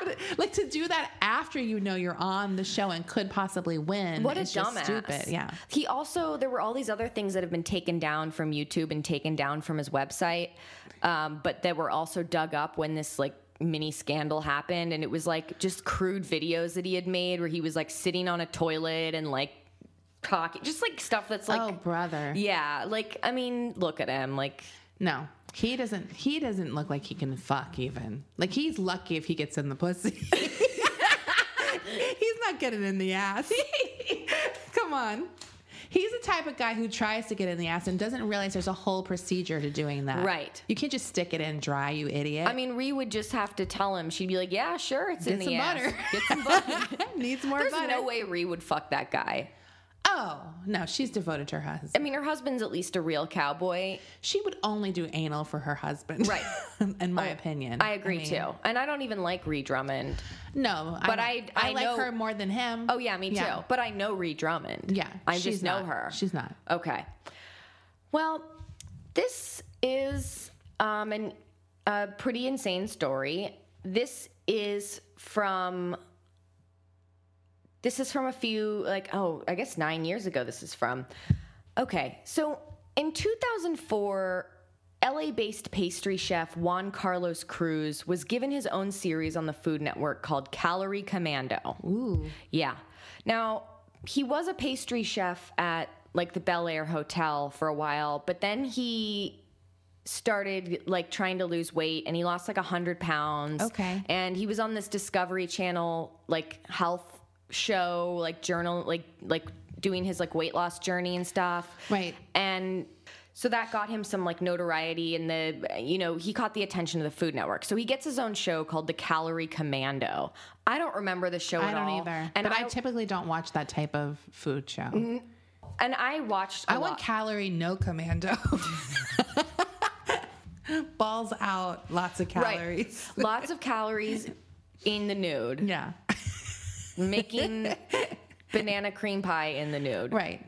[SPEAKER 2] but it- like to do that after you know you're on the show and could possibly win.
[SPEAKER 1] What a
[SPEAKER 2] is
[SPEAKER 1] dumbass.
[SPEAKER 2] Just stupid. Yeah.
[SPEAKER 1] He also, there were all these other things that have been taken down from YouTube and taken down from his website, um, but that were also dug up when this like mini scandal happened. And it was like just crude videos that he had made where he was like sitting on a toilet and like talking, just like stuff that's like,
[SPEAKER 2] oh, brother.
[SPEAKER 1] yeah, like, I mean, look at him. Like,
[SPEAKER 2] No, he doesn't. He doesn't look like he can fuck even. Like he's lucky if he gets in the pussy. he's not getting in the ass. Come on. He's the type of guy who tries to get in the ass and doesn't realize there's a whole procedure to doing that.
[SPEAKER 1] Right.
[SPEAKER 2] You can't just stick it in dry, you idiot.
[SPEAKER 1] I mean, Ree would just have to tell him. She'd be like, yeah, sure, it's in the
[SPEAKER 2] get some
[SPEAKER 1] ass.
[SPEAKER 2] butter.
[SPEAKER 1] Get some butter.
[SPEAKER 2] Needs more
[SPEAKER 1] There's
[SPEAKER 2] butter.
[SPEAKER 1] no way Ree would fuck that guy.
[SPEAKER 2] Oh no, she's devoted to her husband.
[SPEAKER 1] I mean, her husband's at least a real cowboy.
[SPEAKER 2] She would only do anal for her husband.
[SPEAKER 1] Right.
[SPEAKER 2] in my opinion.
[SPEAKER 1] I agree
[SPEAKER 2] mean,
[SPEAKER 1] too. And I don't even like Reed Drummond.
[SPEAKER 2] No,
[SPEAKER 1] But
[SPEAKER 2] don't-
[SPEAKER 1] I-
[SPEAKER 2] I,
[SPEAKER 1] I
[SPEAKER 2] like
[SPEAKER 1] know-
[SPEAKER 2] her more than him.
[SPEAKER 1] Oh yeah, me too. But I know Reed Drummond.
[SPEAKER 2] Yeah,
[SPEAKER 1] I
[SPEAKER 2] she's
[SPEAKER 1] just know
[SPEAKER 2] not.
[SPEAKER 1] her.
[SPEAKER 2] She's not.
[SPEAKER 1] Okay. Well, this is um an a pretty insane story. This is from this is from a few like oh, I guess 9 years ago this is from. Okay. So in 2004 LA based pastry chef Juan Carlos Cruz was given his own series on the Food Network called Calorie Commando.
[SPEAKER 2] Ooh.
[SPEAKER 1] Yeah. Now, he was a pastry chef at like the Bel Air Hotel for a while, but then he started like trying to lose weight and he lost like a hundred pounds.
[SPEAKER 2] Okay.
[SPEAKER 1] And he was on this Discovery Channel like health show, like journal, like, like, doing his like weight loss journey and stuff
[SPEAKER 2] Right.
[SPEAKER 1] and so that got him some like notoriety and the you know he caught the attention of the food network so he gets his own show called the calorie commando i don't remember the show
[SPEAKER 2] I
[SPEAKER 1] at
[SPEAKER 2] don't
[SPEAKER 1] all
[SPEAKER 2] either.
[SPEAKER 1] and
[SPEAKER 2] but I,
[SPEAKER 1] I, Mm-hmm.
[SPEAKER 2] typically don't watch that type of food show.
[SPEAKER 1] and i watched I
[SPEAKER 2] I want calorie no commando. Balls out, lots of calories.
[SPEAKER 1] lots of calories in the nude
[SPEAKER 2] Yeah.
[SPEAKER 1] making banana cream pie in the nude.
[SPEAKER 2] Right.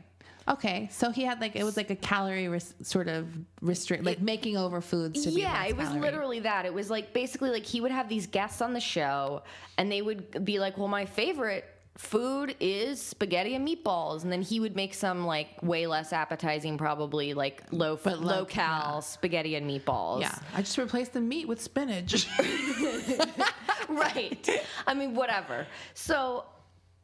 [SPEAKER 2] Okay. So he had like it was like a calorie res- sort of restrict, like making over foods. To
[SPEAKER 1] Yeah,
[SPEAKER 2] be
[SPEAKER 1] it was literally that. It was like basically like he would have these guests on the show and they would be like, "Well, my favorite food is spaghetti and meatballs." And then he would make some like way less appetizing probably like low
[SPEAKER 2] But low-
[SPEAKER 1] low cal spaghetti and meatballs.
[SPEAKER 2] Yeah, I just replaced the meat with spinach.
[SPEAKER 1] right. I mean, whatever. So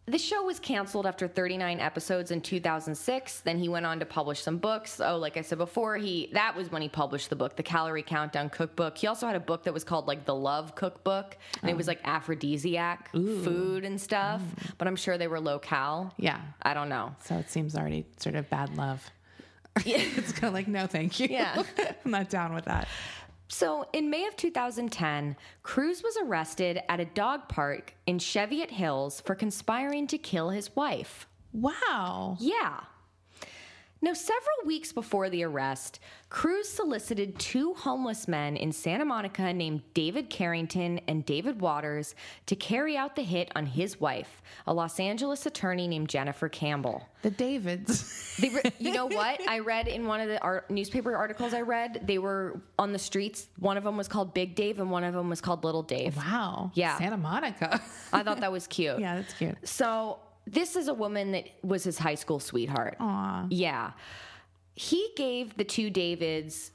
[SPEAKER 1] the show was canceled after 39 episodes in 2006. Then he went on to publish some books. Oh, like I said before, he that was when he published the book, The Calorie Countdown Cookbook. He also had a book that was called like The Love Cookbook, and it was like aphrodisiac food and stuff, but I'm sure they were low cal.
[SPEAKER 2] yeah.
[SPEAKER 1] I don't know.
[SPEAKER 2] So it seems already sort of bad love. it's kind of like no, thank you.
[SPEAKER 1] Yeah.
[SPEAKER 2] I'm not down with that.
[SPEAKER 1] So, in May of 2010, Cruz was arrested at a dog park in Cheviot Hills for conspiring to kill his wife.
[SPEAKER 2] Wow.
[SPEAKER 1] Yeah. Now, several weeks before the arrest, Cruz solicited two homeless men in Santa Monica named David Carrington and David Waters to carry out the hit on his wife, a Los Angeles attorney named Jennifer Campbell.
[SPEAKER 2] The Davids.
[SPEAKER 1] They were, you know what? I read in one of the art, newspaper articles I read, they were on the streets. One of them was called Big Dave and one of them was called Little Dave.
[SPEAKER 2] Wow.
[SPEAKER 1] Yeah.
[SPEAKER 2] Santa Monica.
[SPEAKER 1] I thought that was cute.
[SPEAKER 2] yeah, that's cute.
[SPEAKER 1] So this is a woman that was his high school sweetheart. Yeah. He gave the two Davids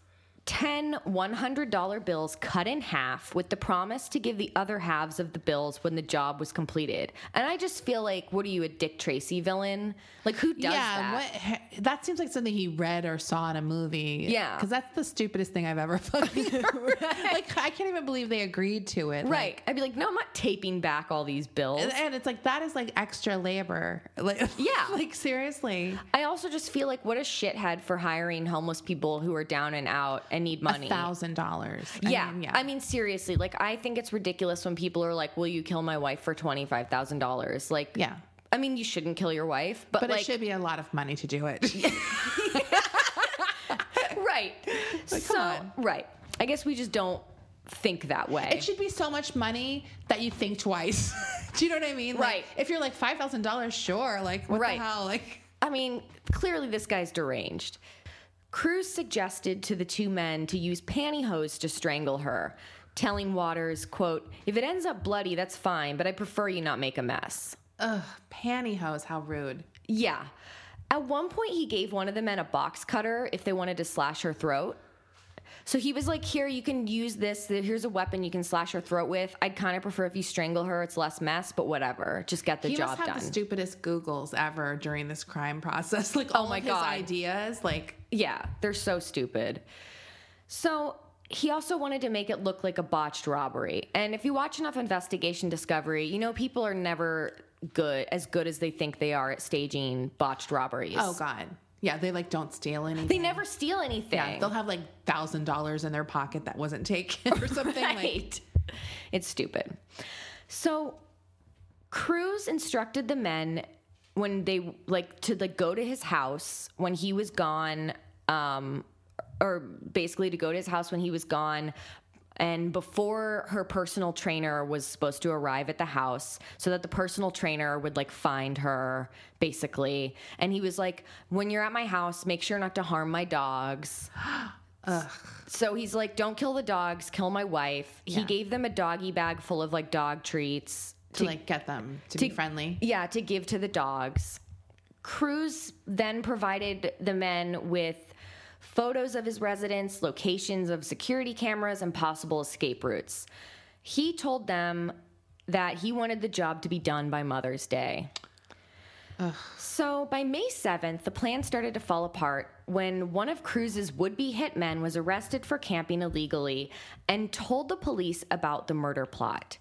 [SPEAKER 1] 10 $100 bills cut in half with the promise to give the other halves of the bills when the job was completed. And I just feel like, what are you, a Dick Tracy villain? Like, who does that?
[SPEAKER 2] yeah, what? That seems like something he read or saw in a movie.
[SPEAKER 1] Yeah.
[SPEAKER 2] because that's the stupidest thing I've ever fucking heard. Like, I can't even believe they agreed to it.
[SPEAKER 1] Right. I'd be like, no, I'm not taping back all these bills.
[SPEAKER 2] Like, and it's like that is like extra labor. Like,
[SPEAKER 1] Yeah.
[SPEAKER 2] like seriously,
[SPEAKER 1] I also just feel like what a shithead for hiring homeless people who are down and out and need money.
[SPEAKER 2] thousand dollars.
[SPEAKER 1] Yeah.
[SPEAKER 2] I mean, yeah.
[SPEAKER 1] seriously, like I think it's ridiculous when people are like, "Will you kill my wife for twenty five thousand dollars?" Like,
[SPEAKER 2] Yeah.
[SPEAKER 1] I mean, you shouldn't kill your wife, but,
[SPEAKER 2] but
[SPEAKER 1] like,
[SPEAKER 2] it should be a lot of money to do it. Yeah,
[SPEAKER 1] right? so,
[SPEAKER 2] on.
[SPEAKER 1] right. I guess we just don't think that way.
[SPEAKER 2] it should be so much money that you think twice. do you know what I mean? Like,
[SPEAKER 1] Right.
[SPEAKER 2] If you're like five thousand dollars, sure. Like, what
[SPEAKER 1] Right.
[SPEAKER 2] the hell? Like,
[SPEAKER 1] I mean, clearly this guy's deranged. Cruz suggested to the two men to use pantyhose to strangle her, telling Waters, "quote If it ends up bloody, that's fine, but I prefer you not make a mess."
[SPEAKER 2] ugh, pantyhose. How rude.
[SPEAKER 1] Yeah. At one point, he gave one of the men a box cutter if they wanted to slash her throat. So he was like, Here, you can use this. Here's a weapon you can slash her throat with. I'd kind of prefer if you strangle her. It's less mess, but whatever. Just get the
[SPEAKER 2] He
[SPEAKER 1] job
[SPEAKER 2] must have
[SPEAKER 1] done.
[SPEAKER 2] the stupidest Googles ever during this crime process. Like all
[SPEAKER 1] Oh my
[SPEAKER 2] of
[SPEAKER 1] God.
[SPEAKER 2] his ideas, like
[SPEAKER 1] yeah, they're so stupid. So he also wanted to make it look like a botched robbery. And if you watch enough Investigation Discovery, you know people are never good as good as they think they are at staging botched robberies.
[SPEAKER 2] oh god, yeah, they like don't steal anything.
[SPEAKER 1] They never steal anything.
[SPEAKER 2] Yeah, they'll have like thousand dollars in their pocket that wasn't taken or something. Like,
[SPEAKER 1] Right. It's stupid. So Cruz instructed the men when they like to like go to his house when he was gone um or basically to go to his house when he was gone and before her personal trainer was supposed to arrive at the house so that the personal trainer would like find her basically and he was like when you're at my house make sure not to harm my dogs so he's like, don't kill the dogs, kill my wife. He gave them a doggy bag full of like dog treats.
[SPEAKER 2] to like get them to, be friendly.
[SPEAKER 1] Yeah, to give to the dogs. Cruz then provided the men with photos of his residence, locations of security cameras, and possible escape routes. He told them that he wanted the job to be done by Mother's Day. So by May 7th, the plan started to fall apart when one of Cruz's would be hitmen was arrested for camping illegally and told the police about the murder plot.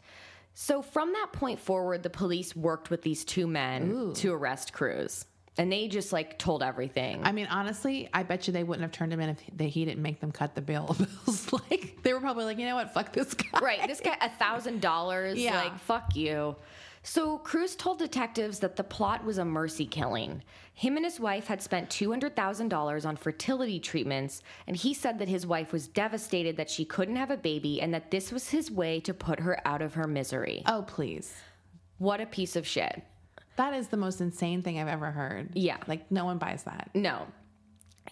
[SPEAKER 1] So from that point forward, the police worked with these two men to arrest Cruz. And they just like told everything.
[SPEAKER 2] I mean, honestly, I bet you they wouldn't have turned him in if they, he didn't make them cut the bill. bills. like they were probably like, you know what, fuck this guy.
[SPEAKER 1] right. This guy, a thousand dollars.
[SPEAKER 2] Yeah.
[SPEAKER 1] Like, fuck you. So Cruz told detectives that the plot was a mercy killing. Him and his wife had spent $200,000 on fertility treatments, and he said that his wife was devastated that she couldn't have a baby and that this was his way to put her out of her misery.
[SPEAKER 2] Oh please,
[SPEAKER 1] What a piece of shit.
[SPEAKER 2] That is the most insane thing I've ever heard.
[SPEAKER 1] Yeah. Mm.
[SPEAKER 2] Like no one buys that.
[SPEAKER 1] No.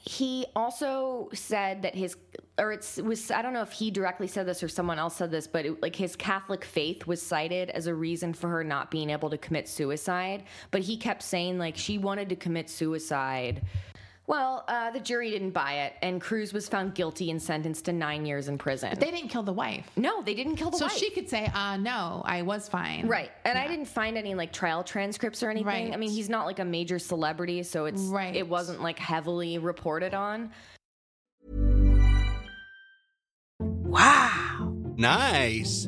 [SPEAKER 1] He also said that his, or it was, I don't know if he directly said this or someone else said this, but it, like his Catholic faith was cited as a reason for her not being able to commit suicide. But he kept saying like she wanted to commit suicide. Well, uh, the jury didn't buy it, and Cruz was found guilty and sentenced to nine years in prison.
[SPEAKER 2] They didn't kill the wife.
[SPEAKER 1] no, they didn't kill the
[SPEAKER 2] So
[SPEAKER 1] wife.
[SPEAKER 2] she could say, uh, no, I was fine.
[SPEAKER 1] Right. And I didn't find any like trial transcripts or anything.
[SPEAKER 2] Right.
[SPEAKER 1] I mean, he's not like a major celebrity, so it's
[SPEAKER 2] Right.
[SPEAKER 1] it wasn't like heavily reported on.
[SPEAKER 4] Nice.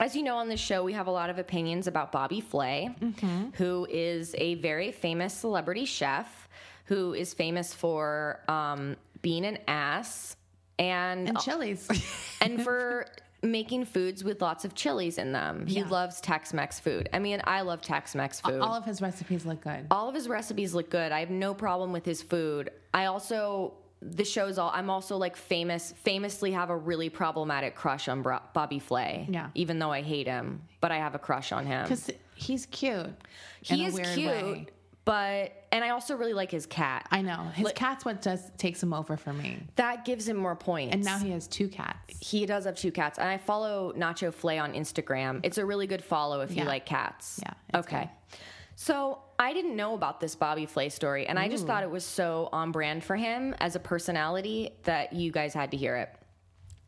[SPEAKER 1] As you know on this show, we have a lot of opinions about Bobby Flay, who is a very famous celebrity chef who is famous for um, being an ass and
[SPEAKER 2] And chilies.
[SPEAKER 1] and for making foods with lots of chilies in them. He loves Tex-Mex food. I mean, I love Tex-Mex food.
[SPEAKER 2] all of his recipes look good.
[SPEAKER 1] all of his recipes look good. I have no problem with his food. I also the show's all. I'm also like famous, famously have a really problematic crush on Bro- Bobby Flay.
[SPEAKER 2] Yeah.
[SPEAKER 1] even though I hate him, but I have a crush on him.
[SPEAKER 2] Because he's cute. in
[SPEAKER 1] He
[SPEAKER 2] a
[SPEAKER 1] is
[SPEAKER 2] weird
[SPEAKER 1] cute,
[SPEAKER 2] way.
[SPEAKER 1] but and I also really like his cat.
[SPEAKER 2] I know. His cat's what does takes him over for me.
[SPEAKER 1] that gives him more points.
[SPEAKER 2] And now he has two cats.
[SPEAKER 1] he does have two cats, and I follow Nacho Flay on Instagram. It's a really good follow if you
[SPEAKER 2] Yeah.
[SPEAKER 1] like cats.
[SPEAKER 2] Yeah, it's
[SPEAKER 1] Okay. So I didn't know about this Bobby Flay story, and I just thought it was so on brand for him as a personality that you guys had to hear it.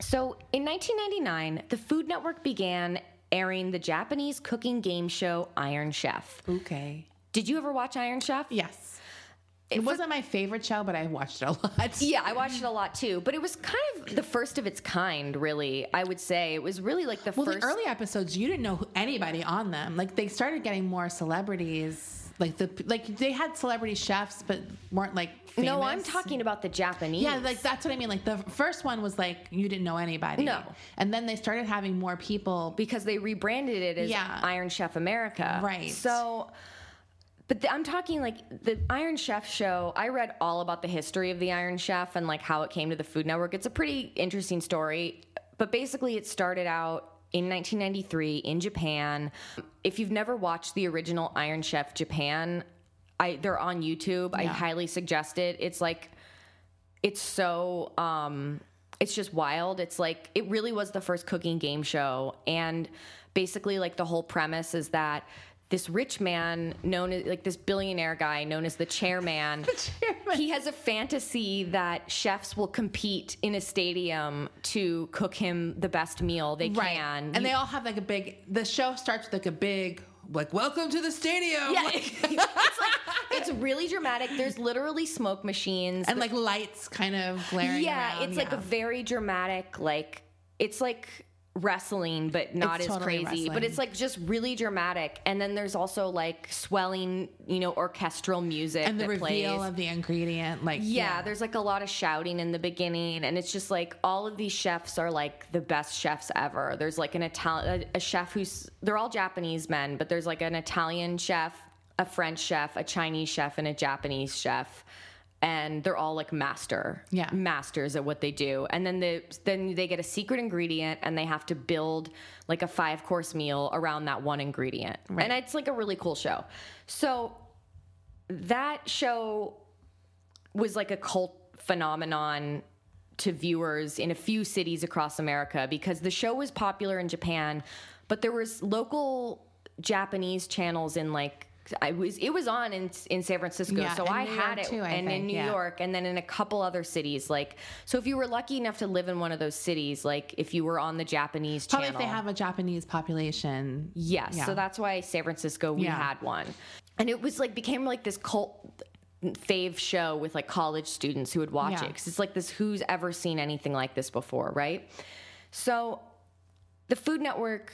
[SPEAKER 1] So in 1999, the Food Network began airing the Japanese cooking game show Iron Chef.
[SPEAKER 2] Okay.
[SPEAKER 1] Did you ever watch Iron Chef?
[SPEAKER 2] Yes. It wasn't my favorite show, but I watched it a lot.
[SPEAKER 1] Yeah, I watched it a lot too, but it was kind of the first of its kind, really. I would say it was really like the
[SPEAKER 2] Well,
[SPEAKER 1] first
[SPEAKER 2] the early episodes, you didn't know who- anybody on them. Like they started getting more celebrities. Like the like they had celebrity chefs, but weren't like. Famous.
[SPEAKER 1] No, I'm talking about the Japanese.
[SPEAKER 2] Yeah, like that's what I mean. Like the first one was like you didn't know anybody.
[SPEAKER 1] No.
[SPEAKER 2] and then they started having more people.
[SPEAKER 1] because they rebranded it as
[SPEAKER 2] Yeah.
[SPEAKER 1] Iron Chef America.
[SPEAKER 2] Right.
[SPEAKER 1] So but the, I'm talking like the Iron Chef show. I read all about the history of the Iron Chef and like how it came to the Food Network. It's a pretty interesting story, but basically it started out in 1993 in Japan. If you've never watched the original Iron Chef Japan, I they're on YouTube. I highly suggest it. It's like it's so um it's just wild it's like it really was the first cooking game show and basically like the whole premise is that this rich man known as like this billionaire guy known as the chairman, he has a fantasy that chefs will compete in a stadium to cook him the best meal they can
[SPEAKER 2] and they all have like a big. The show starts with like a big like welcome to the stadium.
[SPEAKER 1] yeah, it's like it's really dramatic there's literally smoke machines
[SPEAKER 2] and like lights kind of glaring.
[SPEAKER 1] yeah
[SPEAKER 2] around,
[SPEAKER 1] it's like
[SPEAKER 2] yeah.
[SPEAKER 1] a very dramatic like it's like wrestling, but not
[SPEAKER 2] It's
[SPEAKER 1] as
[SPEAKER 2] totally
[SPEAKER 1] crazy. But
[SPEAKER 2] wrestling.
[SPEAKER 1] it's like just really dramatic. And then there's also like swelling, you know, orchestral music
[SPEAKER 2] and the
[SPEAKER 1] that
[SPEAKER 2] reveal
[SPEAKER 1] plays.
[SPEAKER 2] of the ingredient, like
[SPEAKER 1] yeah, there's like a lot of shouting in the beginning, and it's just like all of these chefs are like the best chefs ever. There's like an Italian, a, a chef who's they're all Japanese men, but there's like an Italian chef, a French chef, a Chinese chef, and a Japanese chef, and they're all like master,
[SPEAKER 2] Yeah.
[SPEAKER 1] masters at what they do. And then the then they get a secret ingredient, and they have to build like a five course meal around that one ingredient, and it's like a really cool show. So that show was like a cult phenomenon to viewers in a few cities across America because the show was popular in Japan, but there was local Japanese channels in like I was it was on in in San Francisco,
[SPEAKER 2] Yeah,
[SPEAKER 1] so
[SPEAKER 2] in
[SPEAKER 1] I
[SPEAKER 2] New
[SPEAKER 1] had
[SPEAKER 2] York
[SPEAKER 1] it
[SPEAKER 2] too, I
[SPEAKER 1] and
[SPEAKER 2] think,
[SPEAKER 1] in New
[SPEAKER 2] yeah.
[SPEAKER 1] York and then in a couple other cities like so if you were lucky enough to live in one of those cities like if you were on the Japanese
[SPEAKER 2] probably
[SPEAKER 1] channel
[SPEAKER 2] if they have a Japanese population.
[SPEAKER 1] Yes. So
[SPEAKER 2] Yeah.
[SPEAKER 1] that's why San Francisco we
[SPEAKER 2] Yeah.
[SPEAKER 1] had one. And it was like became like this cult fave show with like college students who would watch it
[SPEAKER 2] Yeah.
[SPEAKER 1] 'cause it cuz it's like this who's ever seen anything like this before, right? So the Food Network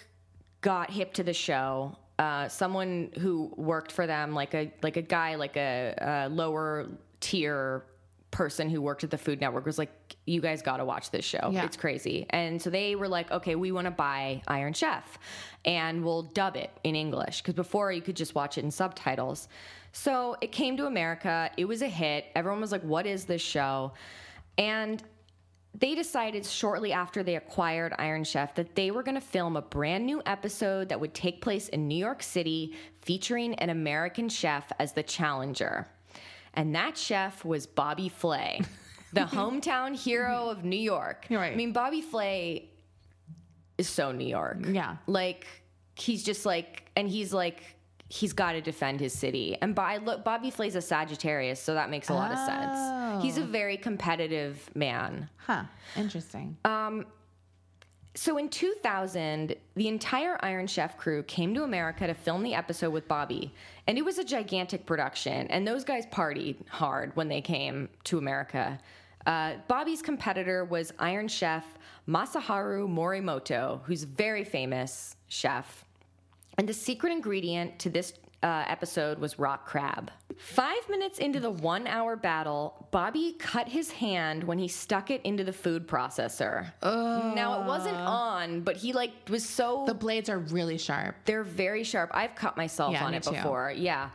[SPEAKER 1] got hip to the show. Uh, someone who worked for them, like a like a guy, like a, a lower tier person who worked at the Food Network, was like, "You guys got to watch this show.
[SPEAKER 2] Yeah.
[SPEAKER 1] It's crazy." And so they were like, "Okay, we want to buy Iron Chef, and we'll dub it in English because before you could just watch it in subtitles." So it came to America. It was a hit. Everyone was like, "What is this show?" And they decided shortly after they acquired Iron Chef that they were going to film a brand new episode that would take place in New York City featuring an American chef as the challenger. And that chef was Bobby Flay, the hometown hero of New York.
[SPEAKER 2] You're right.
[SPEAKER 1] I mean, Bobby Flay is so New York.
[SPEAKER 2] Yeah.
[SPEAKER 1] Like he's just like, and he's like, he's got to defend his city. And by look, Bobby Flay's a Sagittarius, so that makes a lot of sense. He's a
[SPEAKER 2] Oh.
[SPEAKER 1] very competitive man.
[SPEAKER 2] Huh. Interesting.
[SPEAKER 1] Uh, So in 2000, the entire Iron Chef crew came to America to film the episode with Bobby, and it was a gigantic production. And those guys partied hard when they came to America. Uh, Bobby's competitor was Iron Chef Masaharu Morimoto, who's a very famous chef. And the secret ingredient to this uh, episode was rock crab. Five minutes into the one hour battle, Bobby cut his hand when he stuck it into the food processor. Now, it wasn't on, but he like was so.
[SPEAKER 2] the blades are really sharp.
[SPEAKER 1] they're very sharp. I've cut myself
[SPEAKER 2] Yeah,
[SPEAKER 1] on
[SPEAKER 2] me
[SPEAKER 1] it
[SPEAKER 2] too.
[SPEAKER 1] before. Yeah.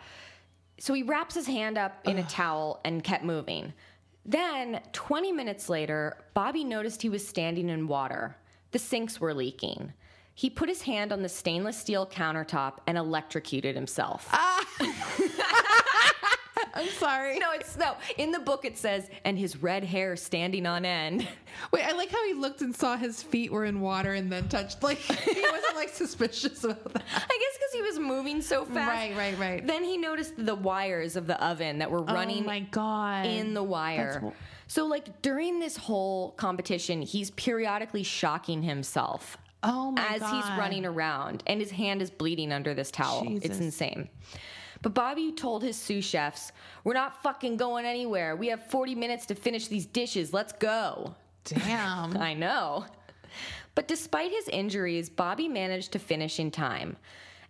[SPEAKER 1] So he wraps his hand up in a towel and kept moving. Then, 20 minutes later, Bobby noticed he was standing in water. The sinks were leaking. He put his hand on the stainless steel countertop and electrocuted himself.
[SPEAKER 2] Ah. I'm sorry.
[SPEAKER 1] no, it's no. In the book, it says, and his red hair standing on end.
[SPEAKER 2] Wait, I like how he looked and saw his feet were in water and then touched. Like he wasn't like suspicious about
[SPEAKER 1] I
[SPEAKER 2] that.
[SPEAKER 1] guess because he was moving so fast.
[SPEAKER 2] Right, right, right.
[SPEAKER 1] Then he noticed the wires of the oven that were running
[SPEAKER 2] oh my god!
[SPEAKER 1] in the wire.
[SPEAKER 2] That's wh-
[SPEAKER 1] so, like, during this whole competition, he's periodically shocking himself
[SPEAKER 2] oh my
[SPEAKER 1] as
[SPEAKER 2] god!
[SPEAKER 1] he's running around, and his hand is bleeding under this towel. It's
[SPEAKER 2] Jesus.
[SPEAKER 1] insane. But Bobby told his sous chefs, We're not fucking going anywhere. We have 40 minutes to finish these dishes. Let's go.
[SPEAKER 2] Damn.
[SPEAKER 1] I know. But despite his injuries, Bobby managed to finish in time.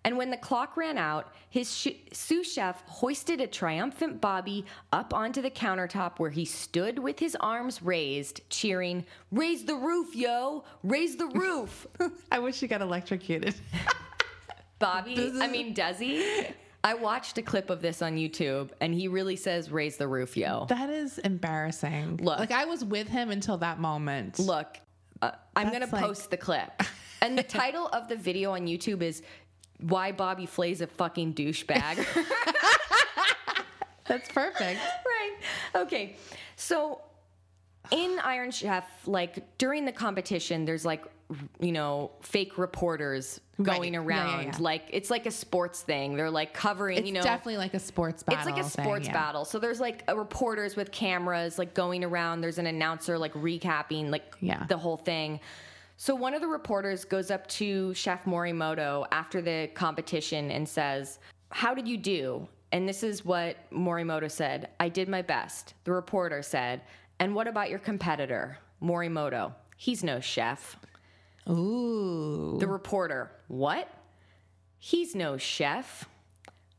[SPEAKER 1] And when the clock ran out, his sh- sous chef hoisted a triumphant Bobby up onto the countertop where he stood with his arms raised, cheering, Raise the roof, yo! Raise the roof!
[SPEAKER 2] I wish he got electrocuted.
[SPEAKER 1] Bobby, I mean, does he? I watched a clip of this on YouTube and he really says, Raise the roof, yo.
[SPEAKER 2] That is embarrassing.
[SPEAKER 1] Look.
[SPEAKER 2] like I was with him until that moment.
[SPEAKER 1] Look, uh, I'm going
[SPEAKER 2] That's
[SPEAKER 1] to
[SPEAKER 2] like-
[SPEAKER 1] post the clip. And the title of the video on YouTube is Why Bobby Flay's a Fucking Douchebag.
[SPEAKER 2] that's perfect.
[SPEAKER 1] right. Okay. So in Iron Chef, like during the competition, there's like, you know, fake reporters going
[SPEAKER 2] Yeah, yeah,
[SPEAKER 1] around.
[SPEAKER 2] yeah.
[SPEAKER 1] Like it's like a sports thing. They're like covering,
[SPEAKER 2] It's
[SPEAKER 1] you know.
[SPEAKER 2] definitely like a sports battle.
[SPEAKER 1] It's like a
[SPEAKER 2] thing,
[SPEAKER 1] sports
[SPEAKER 2] yeah.
[SPEAKER 1] battle. So there's like a reporters with cameras like going around. There's an announcer like recapping like
[SPEAKER 2] Yeah.
[SPEAKER 1] the whole thing. So one of the reporters goes up to Chef Morimoto after the competition and says, "How did you do?" And this is what Morimoto said. "I did my best." The reporter said, "And what about your competitor?" Morimoto, "He's no chef."
[SPEAKER 2] Ooh.
[SPEAKER 1] The reporter, What? He's no chef.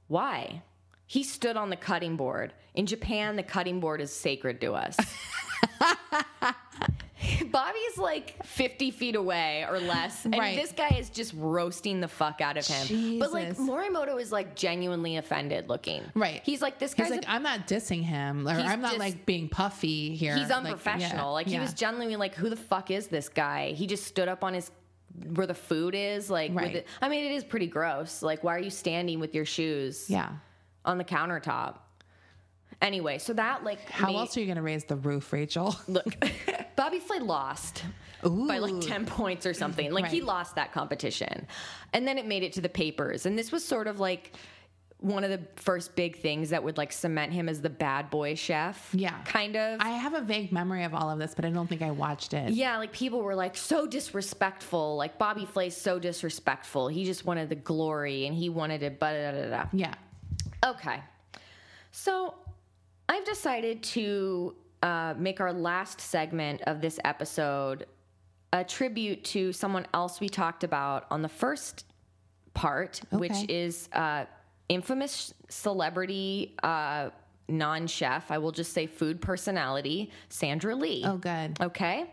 [SPEAKER 1] Why? He stood on the cutting board. In Japan, the cutting board is sacred to us. Bobby's like 50 feet away or less. And
[SPEAKER 2] Right.
[SPEAKER 1] this guy is just roasting the fuck out of him. But like
[SPEAKER 2] Jesus.
[SPEAKER 1] Morimoto is like genuinely offended looking.
[SPEAKER 2] Right.
[SPEAKER 1] He's like, this
[SPEAKER 2] He's
[SPEAKER 1] guy's
[SPEAKER 2] like,
[SPEAKER 1] a-
[SPEAKER 2] I'm not dissing him, or I'm not
[SPEAKER 1] just-
[SPEAKER 2] like being puffy here.
[SPEAKER 1] He's unprofessional. Like,
[SPEAKER 2] yeah,
[SPEAKER 1] he
[SPEAKER 2] yeah.
[SPEAKER 1] was genuinely like, who the fuck is this guy? He just stood up on his where the food is. Like, with
[SPEAKER 2] Right.
[SPEAKER 1] it- I mean, it is pretty gross. Like, why are you standing with your shoes
[SPEAKER 2] yeah.
[SPEAKER 1] on the countertop? Anyway, so that like
[SPEAKER 2] How
[SPEAKER 1] made-
[SPEAKER 2] else are you going to raise the roof, Rachel?
[SPEAKER 1] look? Bobby Flay lost by like ten points or something. Like he
[SPEAKER 2] Right.
[SPEAKER 1] lost that competition, and then it made it to the papers. And this was sort of like one of the first big things that would like cement him as the bad boy chef.
[SPEAKER 2] Yeah.
[SPEAKER 1] kind of.
[SPEAKER 2] I have a vague memory of all of this, but I don't think I watched it.
[SPEAKER 1] Yeah, like people were like so disrespectful. Like Bobby Flay's so disrespectful. He just wanted the glory and he wanted to blah, da da da. da.
[SPEAKER 2] Yeah.
[SPEAKER 1] Okay. So I've decided to uh, make our last segment of this episode a tribute to someone else we talked about on the first part, which
[SPEAKER 2] Okay.
[SPEAKER 1] is uh, infamous celebrity uh, non chef, I will just say food personality, Sandra Lee.
[SPEAKER 2] Oh, good.
[SPEAKER 1] Okay.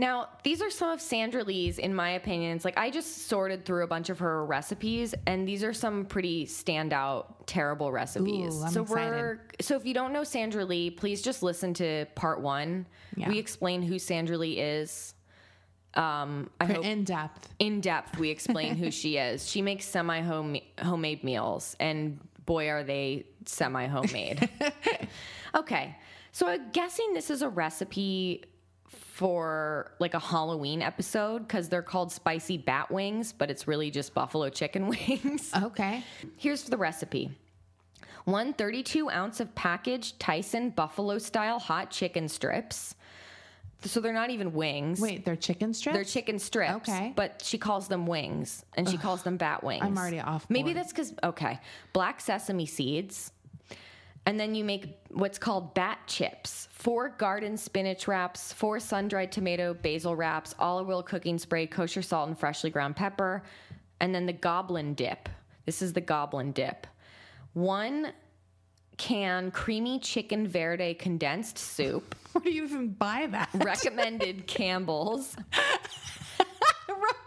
[SPEAKER 1] Now, these are some of Sandra Lee's, in my opinions. Like, I just sorted through a bunch of her recipes, and these are some pretty standout, terrible recipes.
[SPEAKER 2] Ooh, I'm
[SPEAKER 1] so
[SPEAKER 2] excited.
[SPEAKER 1] so if you don't know Sandra Lee, please just listen to part one.
[SPEAKER 2] Yeah.
[SPEAKER 1] We explain who Sandra Lee is. Um, I hope
[SPEAKER 2] In depth.
[SPEAKER 1] in depth we explain who she is. She makes semi home homemade meals, and boy, are they semi homemade. okay, so I'm guessing this is a recipe for like a Halloween episode because they're called spicy bat wings, but it's really just buffalo chicken wings.
[SPEAKER 2] Okay.
[SPEAKER 1] Here's the recipe. One 32 ounce of packaged Tyson buffalo style hot chicken strips. So they're not even wings.
[SPEAKER 2] Wait, they're chicken strips?
[SPEAKER 1] They're chicken strips.
[SPEAKER 2] Okay.
[SPEAKER 1] But she calls them wings and she calls them bat wings.
[SPEAKER 2] I'm already off
[SPEAKER 1] Maybe
[SPEAKER 2] board.
[SPEAKER 1] that's because, okay. Black sesame seeds. And then you make what's called bat chips four garden spinach wraps, four sun dried tomato basil wraps, olive oil cooking spray, kosher salt, and freshly ground pepper. And then the goblin dip. This is the goblin dip. One can creamy chicken verde condensed soup
[SPEAKER 2] Where do you even buy that?
[SPEAKER 1] recommended Campbell's.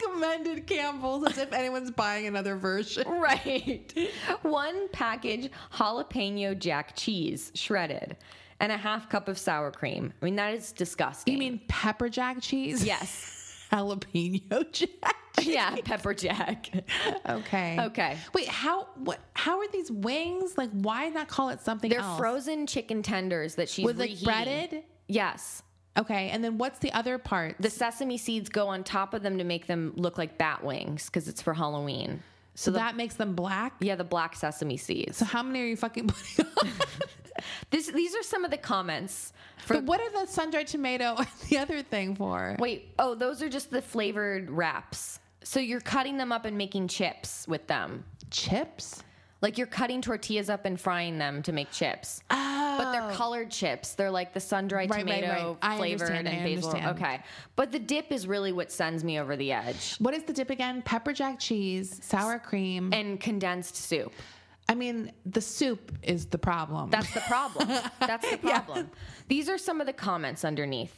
[SPEAKER 2] Recommended Campbell's as if anyone's buying another version.
[SPEAKER 1] Right. One package jalapeno jack cheese shredded and a half cup of sour cream. I mean, that is disgusting.
[SPEAKER 2] You mean pepper jack cheese?
[SPEAKER 1] yes.
[SPEAKER 2] Jalapeno jack.
[SPEAKER 1] Yeah, pepper jack.
[SPEAKER 2] Okay.
[SPEAKER 1] Okay.
[SPEAKER 2] Wait, how what how are these wings? Like why not call it something
[SPEAKER 1] They're
[SPEAKER 2] else?
[SPEAKER 1] frozen chicken tenders that she's
[SPEAKER 2] With like
[SPEAKER 1] reheating.
[SPEAKER 2] breaded?
[SPEAKER 1] Yes.
[SPEAKER 2] Okay. And then what's the other part?
[SPEAKER 1] The sesame seeds go on top of them to make them look like bat wings because it's for Halloween.
[SPEAKER 2] so that makes them black.
[SPEAKER 1] Yeah, the black sesame seeds.
[SPEAKER 2] So how many are you fucking putting on?
[SPEAKER 1] This, these are some of the comments. For,
[SPEAKER 2] but what are the sun-dried tomato and the other thing for?
[SPEAKER 1] Wait, oh, those are just the flavored wraps. So you're cutting them up and making chips with them.
[SPEAKER 2] Chips?
[SPEAKER 1] Like you're cutting tortillas up and frying them to make chips. But they're colored chips. They're like the sun-dried
[SPEAKER 2] Oh. Right, right,
[SPEAKER 1] tomato
[SPEAKER 2] right. I
[SPEAKER 1] flavored
[SPEAKER 2] understand,
[SPEAKER 1] and
[SPEAKER 2] I
[SPEAKER 1] basil.
[SPEAKER 2] understand.
[SPEAKER 1] Okay. But the dip is really what sends me over the edge.
[SPEAKER 2] What is the dip again? Pepper jack cheese, sour cream.
[SPEAKER 1] And condensed soup.
[SPEAKER 2] I mean, the soup is the problem.
[SPEAKER 1] That's the problem. That's the problem. These are some of the comments underneath.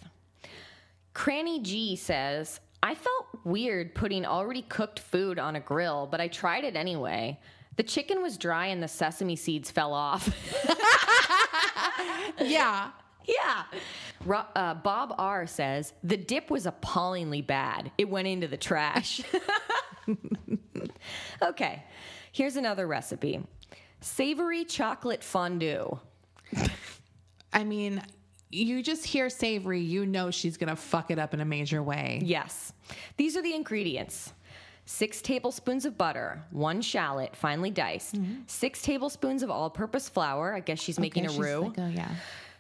[SPEAKER 1] Cranny G says, I felt weird putting already cooked food on a grill, but I tried it anyway. The chicken was dry and the sesame seeds fell off.
[SPEAKER 2] yeah.
[SPEAKER 1] yeah. Ro- uh, Bob R says, The dip was appallingly bad. It went into the trash. okay. Here's another recipe savory chocolate fondue.
[SPEAKER 2] I mean, you just hear savory, you know she's gonna fuck it up in a major way.
[SPEAKER 1] Yes. These are the ingredients. Six tablespoons of butter, one shallot, finely diced, six tablespoons of all purpose flour. I guess she's making
[SPEAKER 2] Yeah,
[SPEAKER 1] a
[SPEAKER 2] Mm-hmm. she's
[SPEAKER 1] roux.
[SPEAKER 2] like, oh yeah.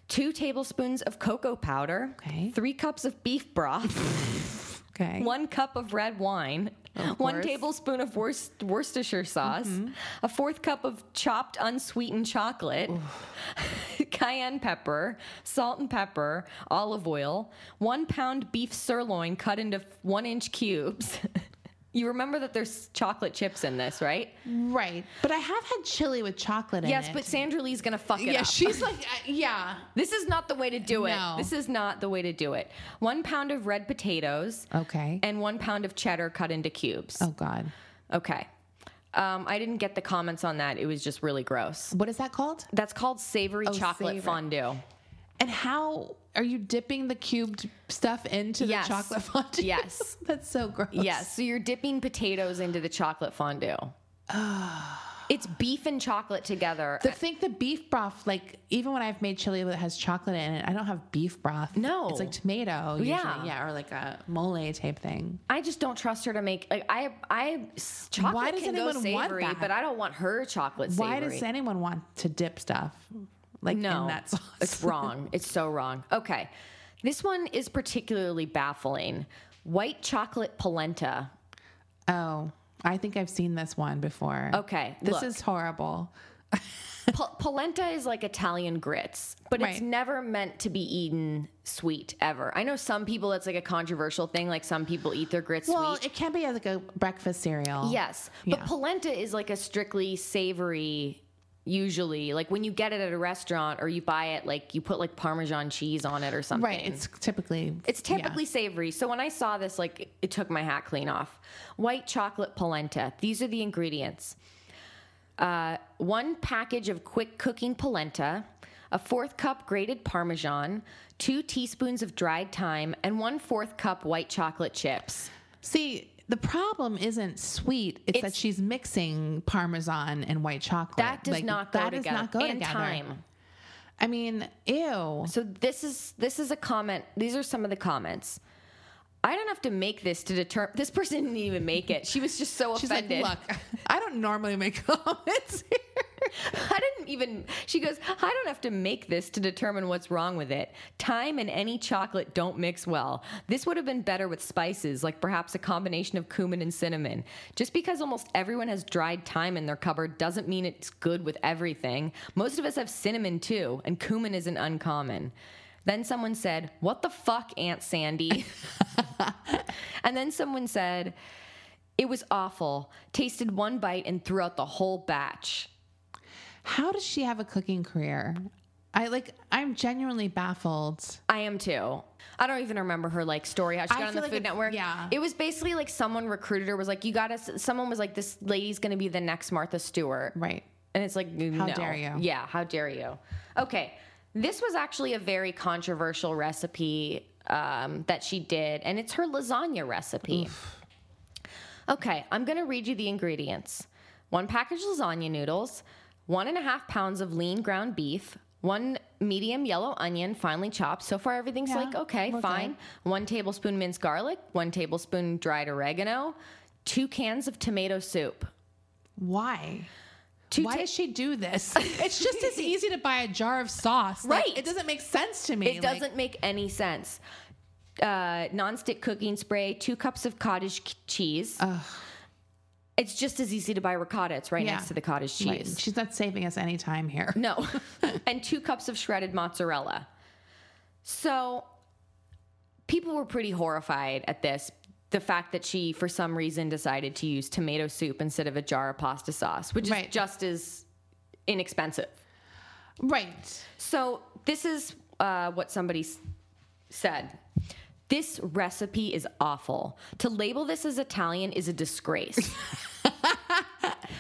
[SPEAKER 1] Two tablespoons of cocoa powder,
[SPEAKER 2] Okay.
[SPEAKER 1] three cups of beef broth,
[SPEAKER 2] Okay.
[SPEAKER 1] one cup of red wine, one tablespoon of Worcest- Worcestershire sauce,
[SPEAKER 2] Mm-hmm.
[SPEAKER 1] a fourth cup of chopped unsweetened chocolate, cayenne pepper, salt and pepper, olive oil, one pound beef sirloin cut into one inch cubes. you remember that there's chocolate chips in this, right?
[SPEAKER 2] Right. But I have had chili with chocolate in
[SPEAKER 1] Yes,
[SPEAKER 2] it.
[SPEAKER 1] but Sandra Lee's gonna fuck it
[SPEAKER 2] yeah,
[SPEAKER 1] up.
[SPEAKER 2] she's like, uh, yeah.
[SPEAKER 1] This is not the way to do it.
[SPEAKER 2] No.
[SPEAKER 1] This is not the way to do it. One pound of red potatoes.
[SPEAKER 2] Okay.
[SPEAKER 1] And one pound of cheddar cut into cubes.
[SPEAKER 2] Oh God.
[SPEAKER 1] Okay. Um, I didn't get the comments on that. It was just really gross.
[SPEAKER 2] What is that called?
[SPEAKER 1] That's called savory chocolate
[SPEAKER 2] Oh, savory.
[SPEAKER 1] fondue.
[SPEAKER 2] And how are you dipping the cubed stuff into
[SPEAKER 1] Yes.
[SPEAKER 2] the chocolate fondue?
[SPEAKER 1] Yes.
[SPEAKER 2] That's so gross.
[SPEAKER 1] Yes. So you're dipping potatoes into the chocolate fondue. it's beef and chocolate together.
[SPEAKER 2] The think the beef broth, like even when I've made chili that has chocolate in it, I don't have beef broth.
[SPEAKER 1] No.
[SPEAKER 2] It's like tomato. Usually.
[SPEAKER 1] Yeah.
[SPEAKER 2] Yeah. Or like a mole type thing.
[SPEAKER 1] I just don't trust her to make. Like, I, I s- chocolate
[SPEAKER 2] Why does
[SPEAKER 1] can go
[SPEAKER 2] anyone want
[SPEAKER 1] savory,
[SPEAKER 2] that?
[SPEAKER 1] but I don't want her chocolate savory.
[SPEAKER 2] Why does anyone want to dip stuff like in that sauce?
[SPEAKER 1] It's wrong. It's so wrong. Okay. This one is particularly baffling. White chocolate polenta.
[SPEAKER 2] Oh, I think I've seen this one before.
[SPEAKER 1] Okay,
[SPEAKER 2] This
[SPEAKER 1] look.
[SPEAKER 2] is horrible.
[SPEAKER 1] Pol- polenta is like Italian grits, but it's
[SPEAKER 2] Right.
[SPEAKER 1] never meant to be eaten sweet ever. I know some people it's like a controversial thing, like some people eat their grits
[SPEAKER 2] Well,
[SPEAKER 1] sweet.
[SPEAKER 2] it can be like a breakfast cereal.
[SPEAKER 1] yes, but
[SPEAKER 2] Yeah.
[SPEAKER 1] polenta is like a strictly savory usually like when you get it at a restaurant or you buy it like you put like parmesan cheese on it or something
[SPEAKER 2] Right. It's typically
[SPEAKER 1] It's typically savory. So when I saw this, like it- it took my hat clean off. White chocolate polenta. These are the ingredients. Uh, one package of quick cooking polenta, a fourth cup grated parmesan, two teaspoons of dried thyme, and one fourth cup white chocolate chips.
[SPEAKER 2] See, the problem isn't sweet. It's, that she's mixing parmesan and white chocolate.
[SPEAKER 1] That does
[SPEAKER 2] Like,
[SPEAKER 1] not go
[SPEAKER 2] that
[SPEAKER 1] together.
[SPEAKER 2] Does not go
[SPEAKER 1] and
[SPEAKER 2] together.
[SPEAKER 1] time.
[SPEAKER 2] I mean, ew.
[SPEAKER 1] So this is this is a comment. These are some of the comments. I don't have to make this to determine. This person didn't even make it. She was just so
[SPEAKER 2] She's
[SPEAKER 1] offended.
[SPEAKER 2] like, look, I don't normally make comments here.
[SPEAKER 1] I didn't even. She goes, I don't have to make this to determine what's wrong with it. Thyme and any chocolate don't mix well. This would have been better with spices, like perhaps a combination of cumin and cinnamon. Just because almost everyone has dried thyme in their cupboard doesn't mean it's good with everything. Most of us have cinnamon too, and cumin isn't uncommon. Then someone said, What the fuck, Aunt Sandy? and then someone said, It was awful. Tasted one bite and threw out the whole batch.
[SPEAKER 2] How does she have a cooking career? I like. I'm genuinely baffled.
[SPEAKER 1] I am too. I don't even remember her like story how she
[SPEAKER 2] I
[SPEAKER 1] got on the
[SPEAKER 2] feel like
[SPEAKER 1] Food
[SPEAKER 2] it's-
[SPEAKER 1] Network.
[SPEAKER 2] yeah.
[SPEAKER 1] it was basically like someone recruited her was like, "You got to." Someone was like, "This lady's going to be the next Martha Stewart,"
[SPEAKER 2] Right.
[SPEAKER 1] and it's like, "How
[SPEAKER 2] dare you.
[SPEAKER 1] Yeah, how dare you? Okay, this was actually a very controversial recipe um, that she did, and it's her lasagna recipe. Okay, I'm going to read you the ingredients one package lasagna noodles, one and a half pounds of lean ground beef, one medium yellow onion finely chopped. So far, everything's like, okay, fine. One tablespoon minced garlic, one tablespoon dried oregano, two cans of tomato soup.
[SPEAKER 2] Why?
[SPEAKER 1] Two
[SPEAKER 2] Why
[SPEAKER 1] ta-
[SPEAKER 2] does she do this? It's just as easy to buy a jar of sauce. Like,
[SPEAKER 1] Right.
[SPEAKER 2] it doesn't make sense to me.
[SPEAKER 1] It
[SPEAKER 2] Like,
[SPEAKER 1] doesn't make any sense. Uh, nonstick cooking spray, two cups of cottage c- cheese. It's just as easy to buy ricotta. It's right
[SPEAKER 2] Yeah.
[SPEAKER 1] next to the cottage cheese.
[SPEAKER 2] right. She's not saving us any time here.
[SPEAKER 1] No. and two cups of shredded mozzarella. So people were pretty horrified at this. The fact that she, for some reason, decided to use tomato soup instead of a jar of pasta sauce, which
[SPEAKER 2] Right.
[SPEAKER 1] is just as inexpensive.
[SPEAKER 2] Right.
[SPEAKER 1] So this is uh, what somebody s- said. This recipe is awful. To label this as Italian is a disgrace.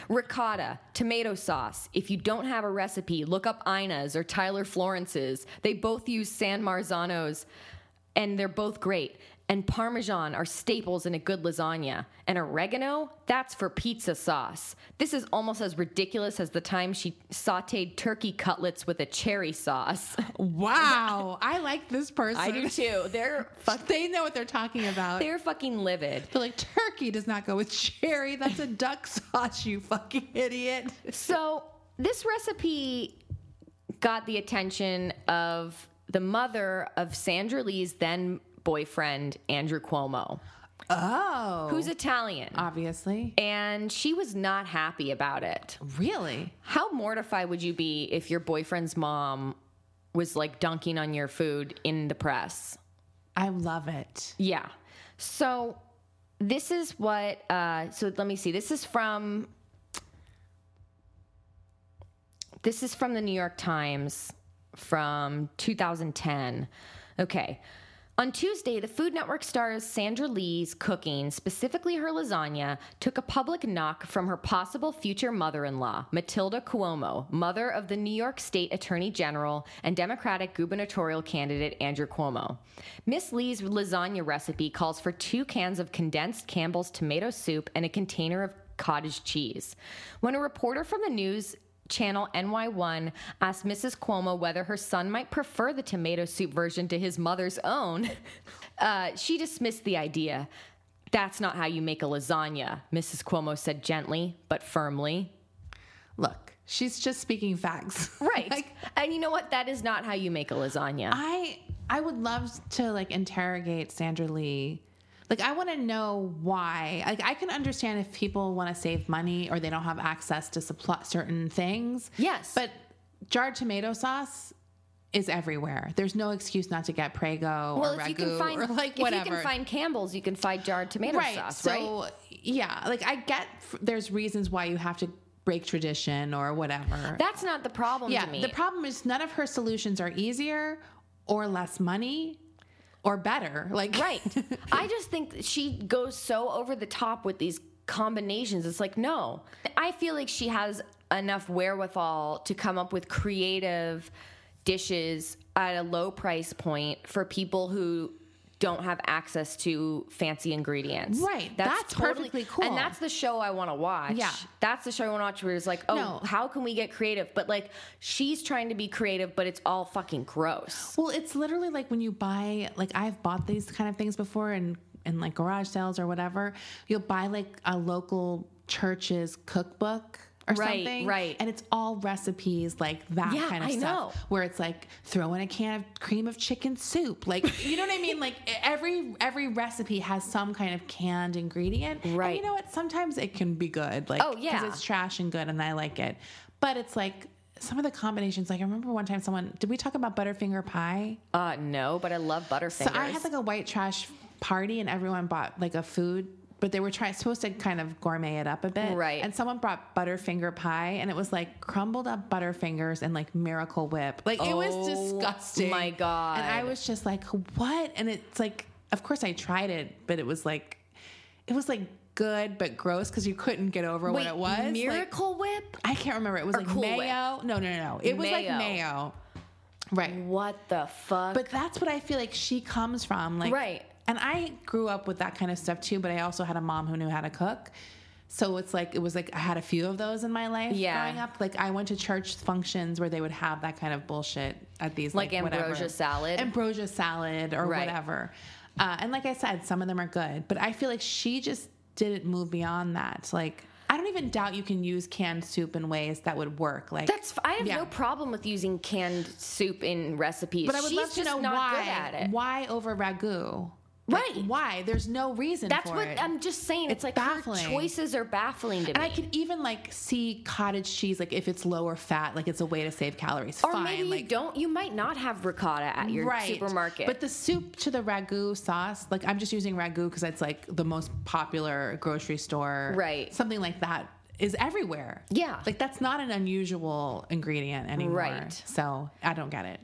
[SPEAKER 1] Ricotta, tomato sauce. If you don't have a recipe, look up Ina's or Tyler Florence's. They both use San Marzano's and they're both great. And Parmesan are staples in a good lasagna. And oregano, that's for pizza sauce. This is almost as ridiculous as the time she sauteed turkey cutlets with a cherry sauce.
[SPEAKER 2] Wow. I like this person.
[SPEAKER 1] I do too. They're
[SPEAKER 2] Fuck, they know what they're talking about. They're,
[SPEAKER 1] they're fucking livid.
[SPEAKER 2] like, turkey does not go with cherry. That's a duck sauce, you fucking idiot.
[SPEAKER 1] So this recipe got the attention of the mother of Sandra Lee's then boyfriend Andrew Cuomo.
[SPEAKER 2] Oh.
[SPEAKER 1] who's Italian.
[SPEAKER 2] obviously?
[SPEAKER 1] and she was not happy about it.
[SPEAKER 2] Really?
[SPEAKER 1] How mortified would you be if your boyfriend's mom was like dunking on your food in the press?
[SPEAKER 2] I love it.
[SPEAKER 1] Yeah. So this is what uh so let me see. This is from This is from the New York Times from 2010. Okay. On Tuesday, the Food Network star's Sandra Lee's cooking, specifically her lasagna, took a public knock from her possible future mother in law, Matilda Cuomo, mother of the New York State Attorney General and Democratic gubernatorial candidate Andrew Cuomo. Miss Lee's lasagna recipe calls for two cans of condensed Campbell's tomato soup and a container of cottage cheese. When a reporter from the news channel NY1 asked Mrs. Cuomo whether her son might prefer the tomato soup version to his mother's own, uh, she dismissed the idea. That's not how you make a lasagna, Mrs. Cuomo said gently but firmly.
[SPEAKER 2] Look, she's just speaking facts.
[SPEAKER 1] Right.
[SPEAKER 2] Like,
[SPEAKER 1] and you know what? That is not how you make a lasagna.
[SPEAKER 2] I I would love to like interrogate Sandra Lee. Like I want to know why. Like I can understand if people want to save money or they don't have access to supply certain things.
[SPEAKER 1] Yes.
[SPEAKER 2] But jarred tomato sauce is everywhere. There's no excuse not to get Prego
[SPEAKER 1] well,
[SPEAKER 2] or
[SPEAKER 1] if
[SPEAKER 2] ragu
[SPEAKER 1] you can find
[SPEAKER 2] or like
[SPEAKER 1] if
[SPEAKER 2] whatever.
[SPEAKER 1] you can find Campbell's, you can find jarred tomato
[SPEAKER 2] right.
[SPEAKER 1] sauce,
[SPEAKER 2] so
[SPEAKER 1] right?
[SPEAKER 2] yeah, like I get f- there's reasons why you have to break tradition or whatever.
[SPEAKER 1] That's not the problem
[SPEAKER 2] Yeah,
[SPEAKER 1] to me.
[SPEAKER 2] the problem is none of her solutions are easier or less money or better. Like
[SPEAKER 1] Right. I just think that she goes so over the top with these combinations. It's like, no. I feel like she has enough wherewithal to come up with creative dishes at a low price point for people who don't have access to fancy ingredients.
[SPEAKER 2] Right. That's perfectly cool.
[SPEAKER 1] And that's the show I want to watch.
[SPEAKER 2] Yeah.
[SPEAKER 1] That's the show I want to watch where it's like, oh,
[SPEAKER 2] No.
[SPEAKER 1] how can we get creative? But like she's trying to be creative, but it's all fucking gross.
[SPEAKER 2] Well, it's literally like when you buy like I've bought these kind of things before and and like garage sales or whatever, you'll buy like a local church's cookbook or
[SPEAKER 1] Right,
[SPEAKER 2] something.
[SPEAKER 1] right.
[SPEAKER 2] And it's all recipes like that
[SPEAKER 1] Yeah,
[SPEAKER 2] kind of
[SPEAKER 1] I
[SPEAKER 2] stuff.
[SPEAKER 1] know.
[SPEAKER 2] Where it's like throw in a can of cream of chicken soup. Like you know what I mean? Like e-, every every recipe has some kind of canned ingredient. And
[SPEAKER 1] Right.
[SPEAKER 2] you know what? Sometimes it can be good. Like
[SPEAKER 1] Oh, yeah.
[SPEAKER 2] Because it's trash and good and I like it. But it's like some of the combinations, like I remember one time someone did we talk about Butterfinger pie?
[SPEAKER 1] Uh no, but I love Butterfingers.
[SPEAKER 2] So I had like a white trash party, and everyone bought like a food, but they were trying supposed to kind of gourmet it up a bit,
[SPEAKER 1] Right.
[SPEAKER 2] And someone brought Butterfinger pie, and it was like crumbled up Butterfingers and like Miracle Whip, like it was disgusting.
[SPEAKER 1] Oh my God.
[SPEAKER 2] And I was just like, what? And it's like, of course I tried it, but it was like, it was like good but gross because you couldn't get over what
[SPEAKER 1] Wait,
[SPEAKER 2] it was. Like,
[SPEAKER 1] Miracle Whip?
[SPEAKER 2] I can't remember. It was like
[SPEAKER 1] Cool Whip?
[SPEAKER 2] mayo. No, no, no, no. It was like
[SPEAKER 1] Mayo.
[SPEAKER 2] mayo. Right.
[SPEAKER 1] What the fuck?
[SPEAKER 2] But that's what I feel like she comes from. Like
[SPEAKER 1] Right.
[SPEAKER 2] And I grew up with that kind of stuff too, but I also had a mom who knew how to cook. So it's like it was like I had a few of those in my life
[SPEAKER 1] Yeah.
[SPEAKER 2] growing up. Like I went to church functions where they would have that kind of bullshit at these like,
[SPEAKER 1] Like ambrosia
[SPEAKER 2] whatever.
[SPEAKER 1] salad?
[SPEAKER 2] ambrosia salad or
[SPEAKER 1] Right.
[SPEAKER 2] whatever. Uh, and like I said, some of them are good, but I feel like she just didn't move beyond that. Like I don't even doubt you can use canned soup in ways that would work. Like
[SPEAKER 1] that's f- I have
[SPEAKER 2] Yeah.
[SPEAKER 1] no problem with using canned soup in recipes.
[SPEAKER 2] But I would
[SPEAKER 1] She's
[SPEAKER 2] love to
[SPEAKER 1] just
[SPEAKER 2] know
[SPEAKER 1] not
[SPEAKER 2] why.
[SPEAKER 1] good at it.
[SPEAKER 2] Why over ragu?
[SPEAKER 1] Right.
[SPEAKER 2] Why? There's no reason.
[SPEAKER 1] That's
[SPEAKER 2] for
[SPEAKER 1] what
[SPEAKER 2] it.
[SPEAKER 1] I'm just saying. It's,
[SPEAKER 2] It's
[SPEAKER 1] like her
[SPEAKER 2] baffling.
[SPEAKER 1] choices are baffling to
[SPEAKER 2] And
[SPEAKER 1] me.
[SPEAKER 2] I could even like see cottage cheese, like if it's lower fat, like it's a way to save calories.
[SPEAKER 1] or
[SPEAKER 2] Fine.
[SPEAKER 1] maybe
[SPEAKER 2] like,
[SPEAKER 1] you don't. You might not have ricotta at your
[SPEAKER 2] right.
[SPEAKER 1] supermarket.
[SPEAKER 2] But the soup to the ragu sauce, like I'm just using ragu because it's like the most popular grocery store.
[SPEAKER 1] Right.
[SPEAKER 2] Something like that is everywhere.
[SPEAKER 1] Yeah.
[SPEAKER 2] Like that's not an unusual ingredient anymore.
[SPEAKER 1] Right.
[SPEAKER 2] So I don't get it.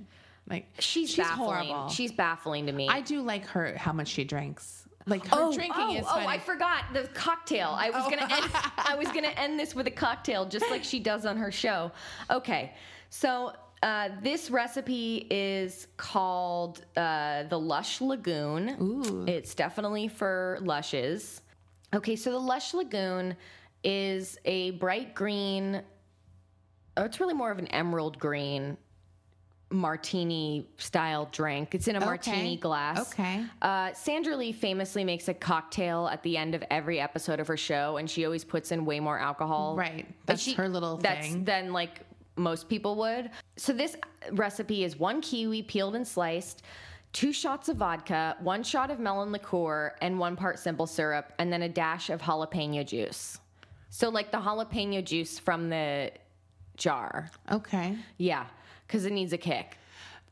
[SPEAKER 2] Like
[SPEAKER 1] she's, baffling.
[SPEAKER 2] horrible.
[SPEAKER 1] She's baffling to me.
[SPEAKER 2] I do like her how much she drinks. Like her
[SPEAKER 1] oh,
[SPEAKER 2] drinking
[SPEAKER 1] oh,
[SPEAKER 2] is
[SPEAKER 1] oh!
[SPEAKER 2] funny. Oh.
[SPEAKER 1] I forgot the cocktail. I was gonna end. I was gonna end this with a cocktail, just like she does on her show. Okay, so uh, this recipe is called uh, the Lush Lagoon. Ooh, it's definitely for lushes. Okay, so the Lush Lagoon is a bright green. Oh, it's really more of an emerald green martini style drink. It's in a martini glass.
[SPEAKER 2] Okay.
[SPEAKER 1] Uh, Sandra Lee famously makes a cocktail at the end of every episode of her show, and she always puts in way more alcohol.
[SPEAKER 2] Right.
[SPEAKER 1] But
[SPEAKER 2] That's her little
[SPEAKER 1] that's
[SPEAKER 2] thing.
[SPEAKER 1] Than like most people would. So this recipe is one kiwi peeled and sliced, two shots of vodka, one shot of melon liqueur, and one part simple syrup, and then a dash of jalapeno juice. So, like the jalapeno juice from the jar.
[SPEAKER 2] Okay.
[SPEAKER 1] Yeah, because it needs a kick.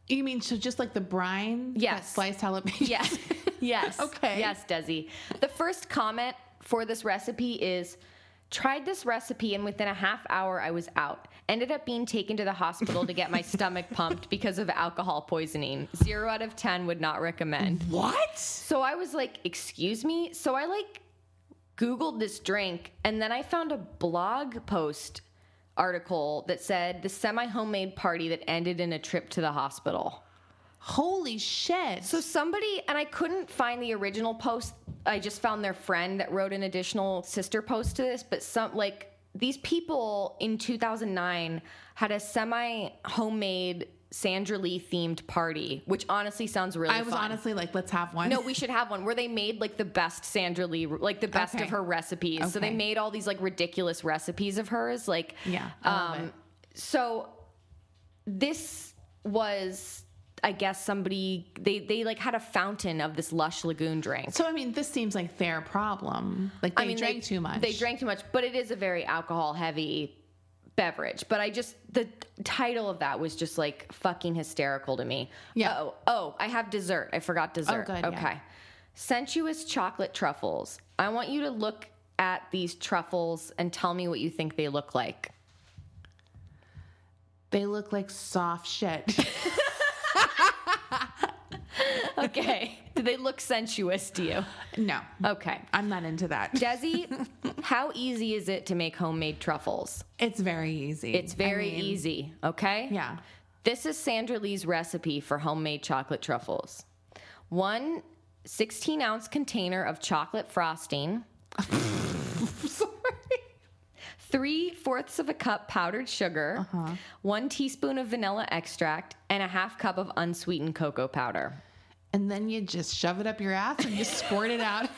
[SPEAKER 2] You mean so just like the brine?
[SPEAKER 1] Yes.
[SPEAKER 2] That sliced jalapeno.
[SPEAKER 1] Yes. yes.
[SPEAKER 2] Okay.
[SPEAKER 1] Yes, Desi. The first comment for this recipe is tried this recipe and within a half hour I was out. Ended up being taken to the hospital to get my stomach pumped because of alcohol poisoning. Zero out of 10 would not recommend.
[SPEAKER 2] Mm-hmm. What?
[SPEAKER 1] So I was like, excuse me? So I like Googled this drink and then I found a blog post article that said the semi homemade party that ended in a trip to the hospital.
[SPEAKER 2] Holy shit.
[SPEAKER 1] So somebody and I couldn't find the original post. I just found their friend that wrote an additional sister post to this, but some like these people in 2009 had a semi homemade Sandra Lee themed party, which honestly sounds really
[SPEAKER 2] I was
[SPEAKER 1] fun.
[SPEAKER 2] honestly like, let's have one.
[SPEAKER 1] No, we should have one where they made like the best Sandra Lee, like the best
[SPEAKER 2] Okay.
[SPEAKER 1] of her recipes. So they
[SPEAKER 2] Okay.
[SPEAKER 1] made all these like ridiculous recipes of hers. Like,
[SPEAKER 2] Yeah, Um, I love it.
[SPEAKER 1] so this was, I guess, somebody they they like had a fountain of this lush lagoon drink.
[SPEAKER 2] So I mean, this seems like their problem. Like they
[SPEAKER 1] I mean,
[SPEAKER 2] drank too much.
[SPEAKER 1] They drank too much, but it is a very alcohol heavy beverage. But I just the title of that was just like fucking hysterical to me.
[SPEAKER 2] Yeah. Oh,
[SPEAKER 1] Oh, oh, I have dessert. I forgot dessert.
[SPEAKER 2] good, yeah.
[SPEAKER 1] okay. Sensuous chocolate truffles. I want you to look at these truffles and tell me what you think they look like.
[SPEAKER 2] They look like soft shit.
[SPEAKER 1] Okay. Do they look sensuous to you?
[SPEAKER 2] no,
[SPEAKER 1] Okay.
[SPEAKER 2] I'm not into that.
[SPEAKER 1] Desi, how easy is it to make homemade truffles?
[SPEAKER 2] It's very easy.
[SPEAKER 1] It's very easy, okay?
[SPEAKER 2] Yeah.
[SPEAKER 1] This is Sandra Lee's recipe for homemade chocolate truffles. One 16 ounce container of chocolate frosting. Three fourths of a cup powdered sugar,
[SPEAKER 2] Uh-huh.
[SPEAKER 1] one teaspoon of vanilla extract, and a half cup of unsweetened cocoa powder.
[SPEAKER 2] And then you just shove it up your ass and just squirt it out.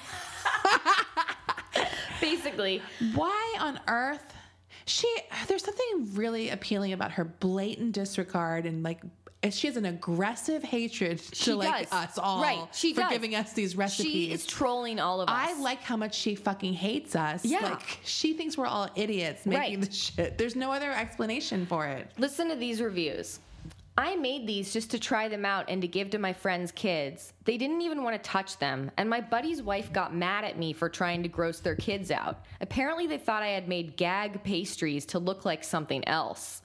[SPEAKER 1] Basically,
[SPEAKER 2] Why on earth? She there's something really appealing about her blatant disregard and like eh, she has an aggressive hatred to
[SPEAKER 1] she
[SPEAKER 2] like
[SPEAKER 1] does.
[SPEAKER 2] us all
[SPEAKER 1] Right. She
[SPEAKER 2] for
[SPEAKER 1] does.
[SPEAKER 2] giving us these recipes.
[SPEAKER 1] She is trolling all of us.
[SPEAKER 2] I like how much she fucking hates us.
[SPEAKER 1] Yeah.
[SPEAKER 2] Like she thinks we're all idiots making
[SPEAKER 1] Right.
[SPEAKER 2] this shit. There's no other explanation for it.
[SPEAKER 1] Listen to these reviews. I made these just to try them out and to give to my friends' kids. They didn't even want to touch them, and my buddy's wife got mad at me for trying to gross their kids out. Apparently, they thought I had made gag pastries to look like something else.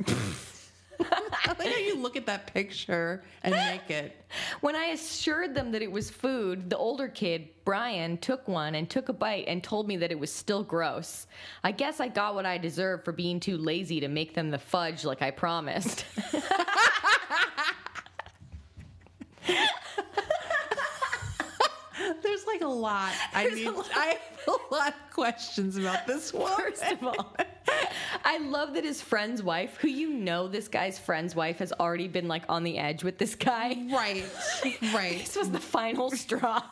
[SPEAKER 2] I like how you look at that picture and make it.
[SPEAKER 1] When I assured them that it was food, the older kid, Brian, took one and took a bite and told me that it was still gross. I guess I got what I deserved for being too lazy to make them the fudge like I promised.
[SPEAKER 2] There's like a lot. I need. I have a lot of questions about this one.
[SPEAKER 1] First of all, I love that his friend's wife, who you know this guy's friend's wife, has already been like on the edge with this guy.
[SPEAKER 2] Right. Right.
[SPEAKER 1] This was the final straw.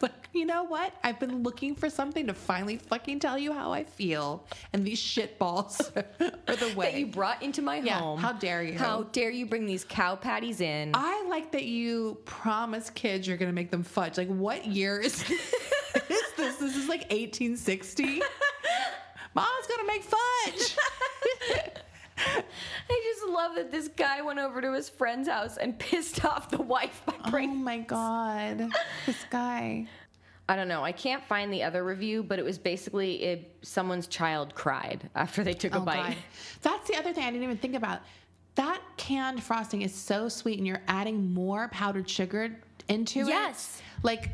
[SPEAKER 2] Like, you know what? I've been looking for something to finally fucking tell you how I feel, and these shit balls are the way.
[SPEAKER 1] that you brought into my
[SPEAKER 2] Yeah,
[SPEAKER 1] home.
[SPEAKER 2] how dare you.
[SPEAKER 1] How dare you bring these cow patties in?
[SPEAKER 2] I like that you promise kids you're going to make them fudge. Like, what year is, is this? This is like 1860. Mom's going to make fudge.
[SPEAKER 1] I just love that this guy went over to his friend's house and pissed off the wife by
[SPEAKER 2] Oh
[SPEAKER 1] bringing.
[SPEAKER 2] my God. This guy.
[SPEAKER 1] I don't know. I can't find the other review, but it was basically it, someone's child cried after they took a bite.
[SPEAKER 2] Oh, God. That's the other thing I didn't even think about. That canned frosting is so sweet, and you're adding more powdered sugar into it.
[SPEAKER 1] Yes.
[SPEAKER 2] Like,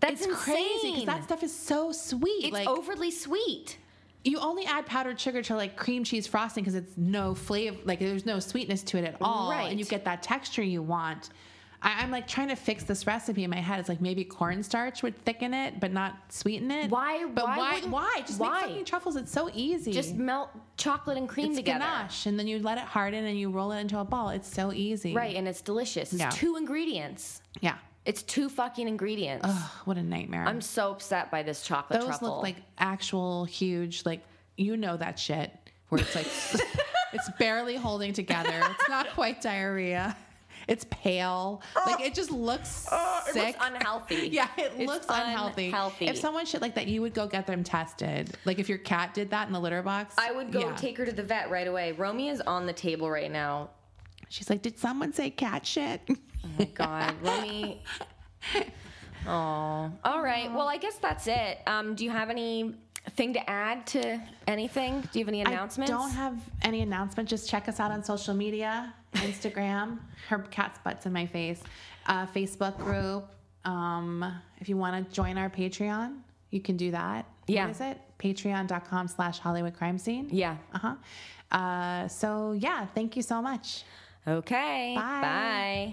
[SPEAKER 1] That's
[SPEAKER 2] it's crazy
[SPEAKER 1] insane.
[SPEAKER 2] because that stuff is so sweet.
[SPEAKER 1] It's
[SPEAKER 2] like,
[SPEAKER 1] overly sweet.
[SPEAKER 2] you only add powdered sugar to like cream cheese frosting because it's no flavor, like there's no sweetness to it at all,
[SPEAKER 1] Right.
[SPEAKER 2] and you get that texture you want. I, I'm like trying to fix this recipe in my head. It's like maybe cornstarch would thicken it, but not sweeten it.
[SPEAKER 1] Why-
[SPEAKER 2] But
[SPEAKER 1] why
[SPEAKER 2] why?
[SPEAKER 1] wouldn't-
[SPEAKER 2] why? Just
[SPEAKER 1] why?
[SPEAKER 2] make fucking truffles. It's so easy.
[SPEAKER 1] Just melt chocolate and cream
[SPEAKER 2] it's
[SPEAKER 1] together.
[SPEAKER 2] ganache, and then you let it harden, and you roll it into a ball. It's so easy.
[SPEAKER 1] Right, and it's delicious. It's
[SPEAKER 2] Yeah.
[SPEAKER 1] two ingredients.
[SPEAKER 2] Yeah.
[SPEAKER 1] It's two fucking ingredients.
[SPEAKER 2] Ugh, what a nightmare.
[SPEAKER 1] I'm so upset by this chocolate
[SPEAKER 2] Those
[SPEAKER 1] truffle.
[SPEAKER 2] look like actual huge, like you know that shit where it's like it's barely holding together. It's not quite diarrhea. It's pale. Like it just looks
[SPEAKER 1] Uh, it
[SPEAKER 2] sick.
[SPEAKER 1] looks unhealthy.
[SPEAKER 2] Yeah, it
[SPEAKER 1] It's
[SPEAKER 2] looks unhealthy.
[SPEAKER 1] unhealthy.
[SPEAKER 2] If someone shit like that, you would go get them tested. Like if your cat did that in the litter box,
[SPEAKER 1] I would go
[SPEAKER 2] yeah.
[SPEAKER 1] take her to the vet right away. Romy is on the table right now.
[SPEAKER 2] She's like, did someone say cat shit?
[SPEAKER 1] God, Romy. Oh, all right. Well, I guess that's it. Um, do you have anything to add to anything? Do you have any announcements?
[SPEAKER 2] I don't have any announcement. Just check us out on social media Instagram, her cat's butt's in my face, uh, Facebook group. Um, if you want to join our Patreon, you can do that.
[SPEAKER 1] Yeah.
[SPEAKER 2] What is it? Patreon.com slash Hollywood crime scene.
[SPEAKER 1] Yeah.
[SPEAKER 2] Uh-huh. Uh, so yeah, thank you so much.
[SPEAKER 1] Okay.
[SPEAKER 2] Bye.
[SPEAKER 1] Bye.